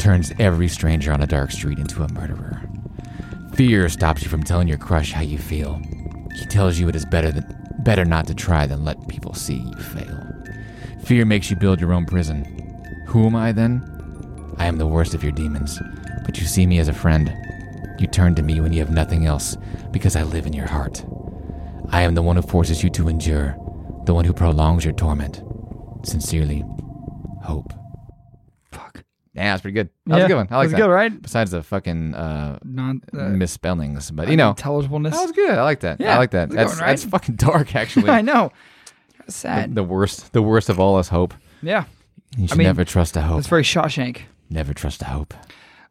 C: turns every stranger on a dark street into a murderer. Fear stops you from telling your crush how you feel. He tells you it is better than, better not to try than let people see you fail. Fear makes you build your own prison. Who am I then? I am the worst of your demons, but you see me as a friend. You turn to me when you have nothing else because I live in your heart. I am the one who forces you to endure, the one who prolongs your torment. Sincerely, Hope.
B: Fuck.
C: Yeah, that's pretty good. That was a good one. I like
B: That's
C: that.
B: good, right?
C: Besides the fucking uh,
B: Non. Uh,
C: misspellings, but you know,
B: intelligibleness.
C: that was good. I like that.
B: Yeah,
C: I like that.
B: that's a good
C: That's
B: one, right?
C: that's fucking dark, actually.
B: I know.
C: the,
B: Sad.
C: the worst, the worst of all is hope.
B: yeah.
C: You should
B: mean,
C: never trust a hope.
B: That's very Shawshank.
C: Never trust a hope.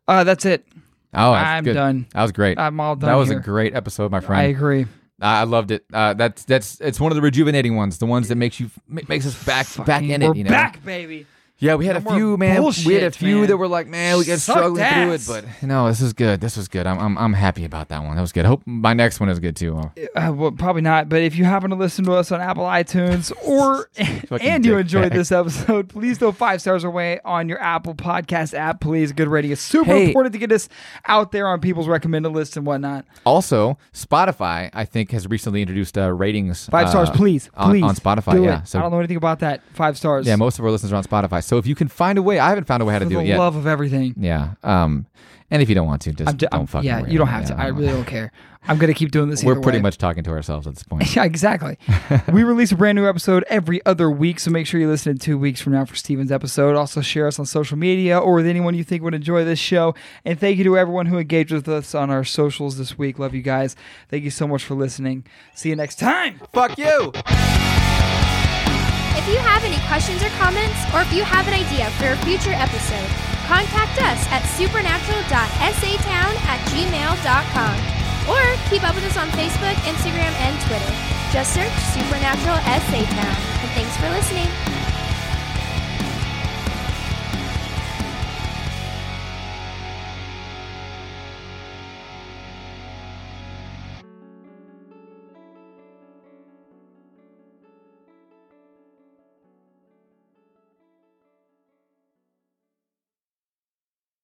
B: Uh, that's it.
C: Oh, that's
B: I'm
C: good.
B: done.
C: That was great.
B: I'm all done
C: That was
B: here.
C: a great episode, my
B: I
C: friend.
B: agree.
C: I, I loved it. Uh, that's that's it's one of the rejuvenating ones, the ones that makes you ma- makes us back back in
B: We're
C: it. You know,
B: back, baby.
C: Yeah, we had
B: No
C: a
B: more
C: few, man. we had a
B: bullshit,
C: few
B: man.
C: that were like, man, we got
B: Sucked
C: struggling through it,
B: ass.
C: but no, this is good. This was good. I'm, I'm, I'm happy about that one. That was good. Hope my next one is good too. Uh,
B: Uh, well, probably not. But if you happen to listen to us on Apple iTunes or and you
C: dick
B: enjoyed
C: bag.
B: this episode, please throw five stars away on your Apple Podcast app. Please, good rating is super
C: Hey.
B: important to get us out there on people's recommended lists and whatnot.
C: Also, Spotify, I think, has recently introduced uh, ratings.
B: Five
C: uh,
B: stars, please,
C: on,
B: please
C: on Spotify.
B: do
C: yeah,
B: it.
C: so
B: I don't know anything about that. Five stars.
C: yeah, most of our listeners are on Spotify. So if you can find a way, I haven't found a way how to
B: for
C: do
B: the
C: it yet.
B: love of everything.
C: yeah, um, and if you don't want to, just
B: I'm ju-
C: don't
B: I'm-
C: fucking.
B: yeah,
C: worry
B: you don't
C: about
B: have
C: it.
B: to.
C: Yeah,
B: I really don't care. I'm gonna keep doing this.
C: We're
B: either
C: pretty
B: way.
C: much talking to ourselves at this point.
B: Yeah, exactly. we release a brand new episode every other week, so make sure you listen in two weeks from now for Steven's episode. Also, share us on social media or with anyone you think would enjoy this show. And thank you to everyone who engaged with us on our socials this week. Love you guys. Thank you so much for listening. See you next time.
C: Fuck you.
A: If you have any questions or comments, or if you have an idea for a future episode, contact us at supernatural.satown at gmail.com or keep up with us on Facebook, Instagram, and Twitter. Just search Supernatural SA Town. And thanks for listening.